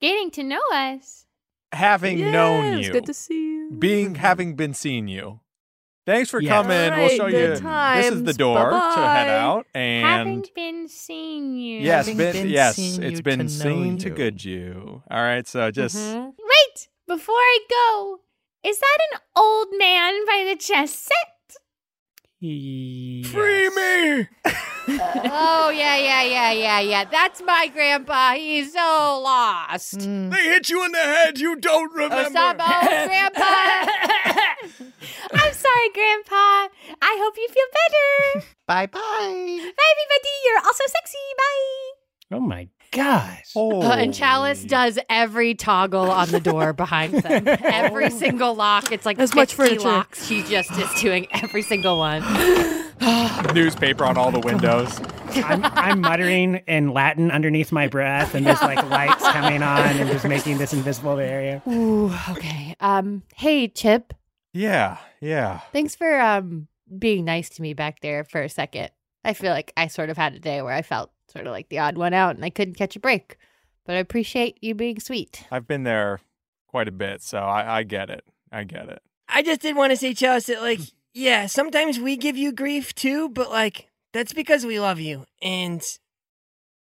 S3: Getting to know us.
S8: Having known
S10: Yes,
S8: you,
S10: good to see you.
S8: being having been seeing you. Thanks for
S10: Yeah.
S8: coming. we'll
S10: Alright,
S8: show
S10: good
S8: you. this is the
S10: times.
S8: door to head
S10: Bye-bye.
S8: out and.
S3: Haven't been seeing you.
S8: Yes, been, yes, it's been seen to good you. Mm-hmm. All right, so just
S3: Wait, before I go, is that an old man by the chess set?
S7: Free
S8: me!
S9: (laughs) oh yeah, yeah, yeah, yeah, yeah. That's my grandpa. He's so lost.
S11: They hit you in the head. You don't
S9: Uh,
S11: remember.
S9: Osama, (laughs)
S8: (laughs)
S9: grandpa.
S3: I'm sorry, Grandpa. I hope you feel better.
S4: Bye bye. Bye,
S3: everybody. You're also sexy. Bye.
S7: Oh my gosh.
S9: Uh, and Chalice does every toggle on the door behind (laughs) them. every single lock. It's like
S10: As
S9: 50
S10: much furniture.
S9: locks. She just is doing every single one.
S8: newspaper on all the (laughs) windows.
S7: I'm, I'm muttering in Latin underneath my breath, and there's like lights coming on and just making this invisible area.
S9: Ooh, okay. Um, hey Chip,
S8: Yeah, yeah.
S9: thanks for um being nice to me back there for a second. I feel like I sort of had a day where I felt sort of like the odd one out and I couldn't catch a break. But I appreciate you being sweet.
S8: I've been there quite a bit, so I, I get it. I get it.
S14: I just did want to say, Chalice, that like, yeah, sometimes we give you grief too, but like, that's because we love you and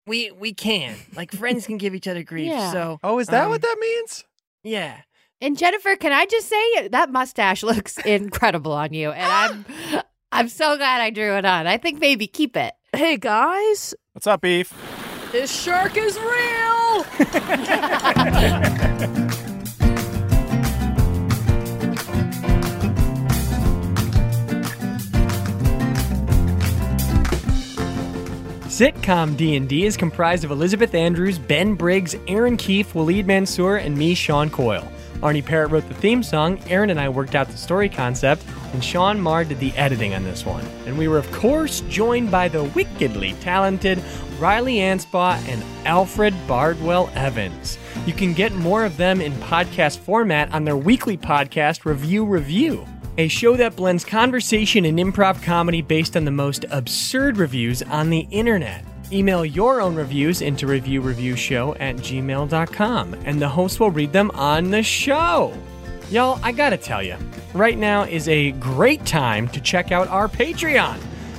S14: we we can. Like, friends can give each other grief.
S9: Yeah.
S14: So,
S8: Oh, is that
S14: um,
S8: what that means?
S14: Yeah.
S9: And Jennifer, can I just say that mustache (laughs) looks incredible on you, and
S10: (gasps)
S9: I'm I'm so glad I drew it on. I think maybe keep it.
S10: Hey guys,
S8: What's up, Beef?
S10: this shark is real.
S2: Sitcom D&D is comprised of Elizabeth Andrews, Ben Briggs, Aaron Keefe, Waleed Mansour, and me, Sean Coyle. Arnie Parrott wrote the theme song, Aaron and I worked out the story concept, and Sean Marr did the editing on this one. And we were, of course, joined by the wickedly talented Riley Anspaugh and Alfred Bardwell Evans. You can get more of them in podcast format on their weekly podcast, Review Review. A show that blends conversation and improv comedy based on the most absurd reviews on the internet. Email your own reviews into reviewreviewshow at gmail.com, and the host will read them on the show. Y'all, I gotta tell you, right now is a great time to check out our Patreon.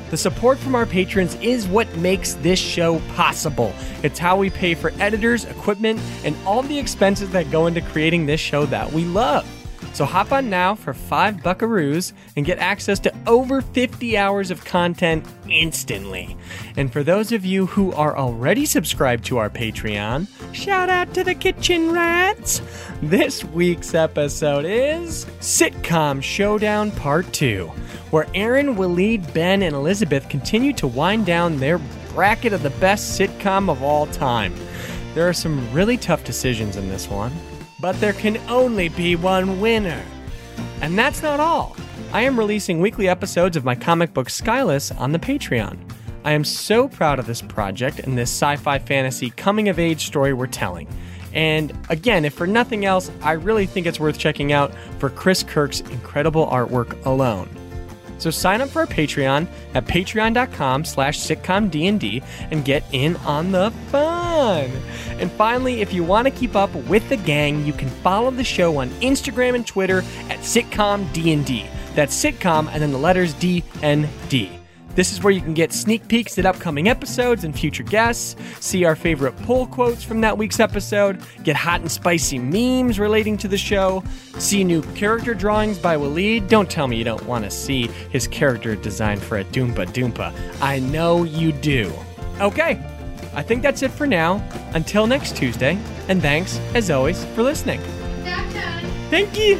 S2: The support from our patrons is what makes this show possible. It's how we pay for editors, equipment, and all the expenses that go into creating this show that we love. So hop on now for five buckaroos and get access to over 50 hours of content instantly. And for those of you who are already subscribed to our Patreon, shout out to the kitchen rats! This week's episode is Sitcom Showdown Part 2, where Aaron, Waleed, Ben, and Elizabeth continue to wind down their bracket of the best sitcom of all time. There are some really tough decisions in this one, but there can only be one winner. And that's not all. I am releasing weekly episodes of my comic book Skyless on the Patreon. I am so proud of this project and this sci fi fantasy coming of age story we're telling. And again, if for nothing else, I really think it's worth checking out for Chris Kirk's incredible artwork alone. So sign up for our Patreon at patreon.com slash sitcomdnd and get in on the fun. And finally, if you want to keep up with the gang, you can follow the show on Instagram and Twitter at sitcomdnd. That's sitcom and then the letters D and D. This is where you can get sneak peeks at upcoming episodes and future guests, see our favorite poll quotes from that week's episode, get hot and spicy memes relating to the show, see new character drawings by Waleed. Don't tell me you don't want to see his character design for a Doompa Doompa. I know you do. Okay, I think that's it for now. Until next Tuesday, and thanks, as always, for listening. Thank you.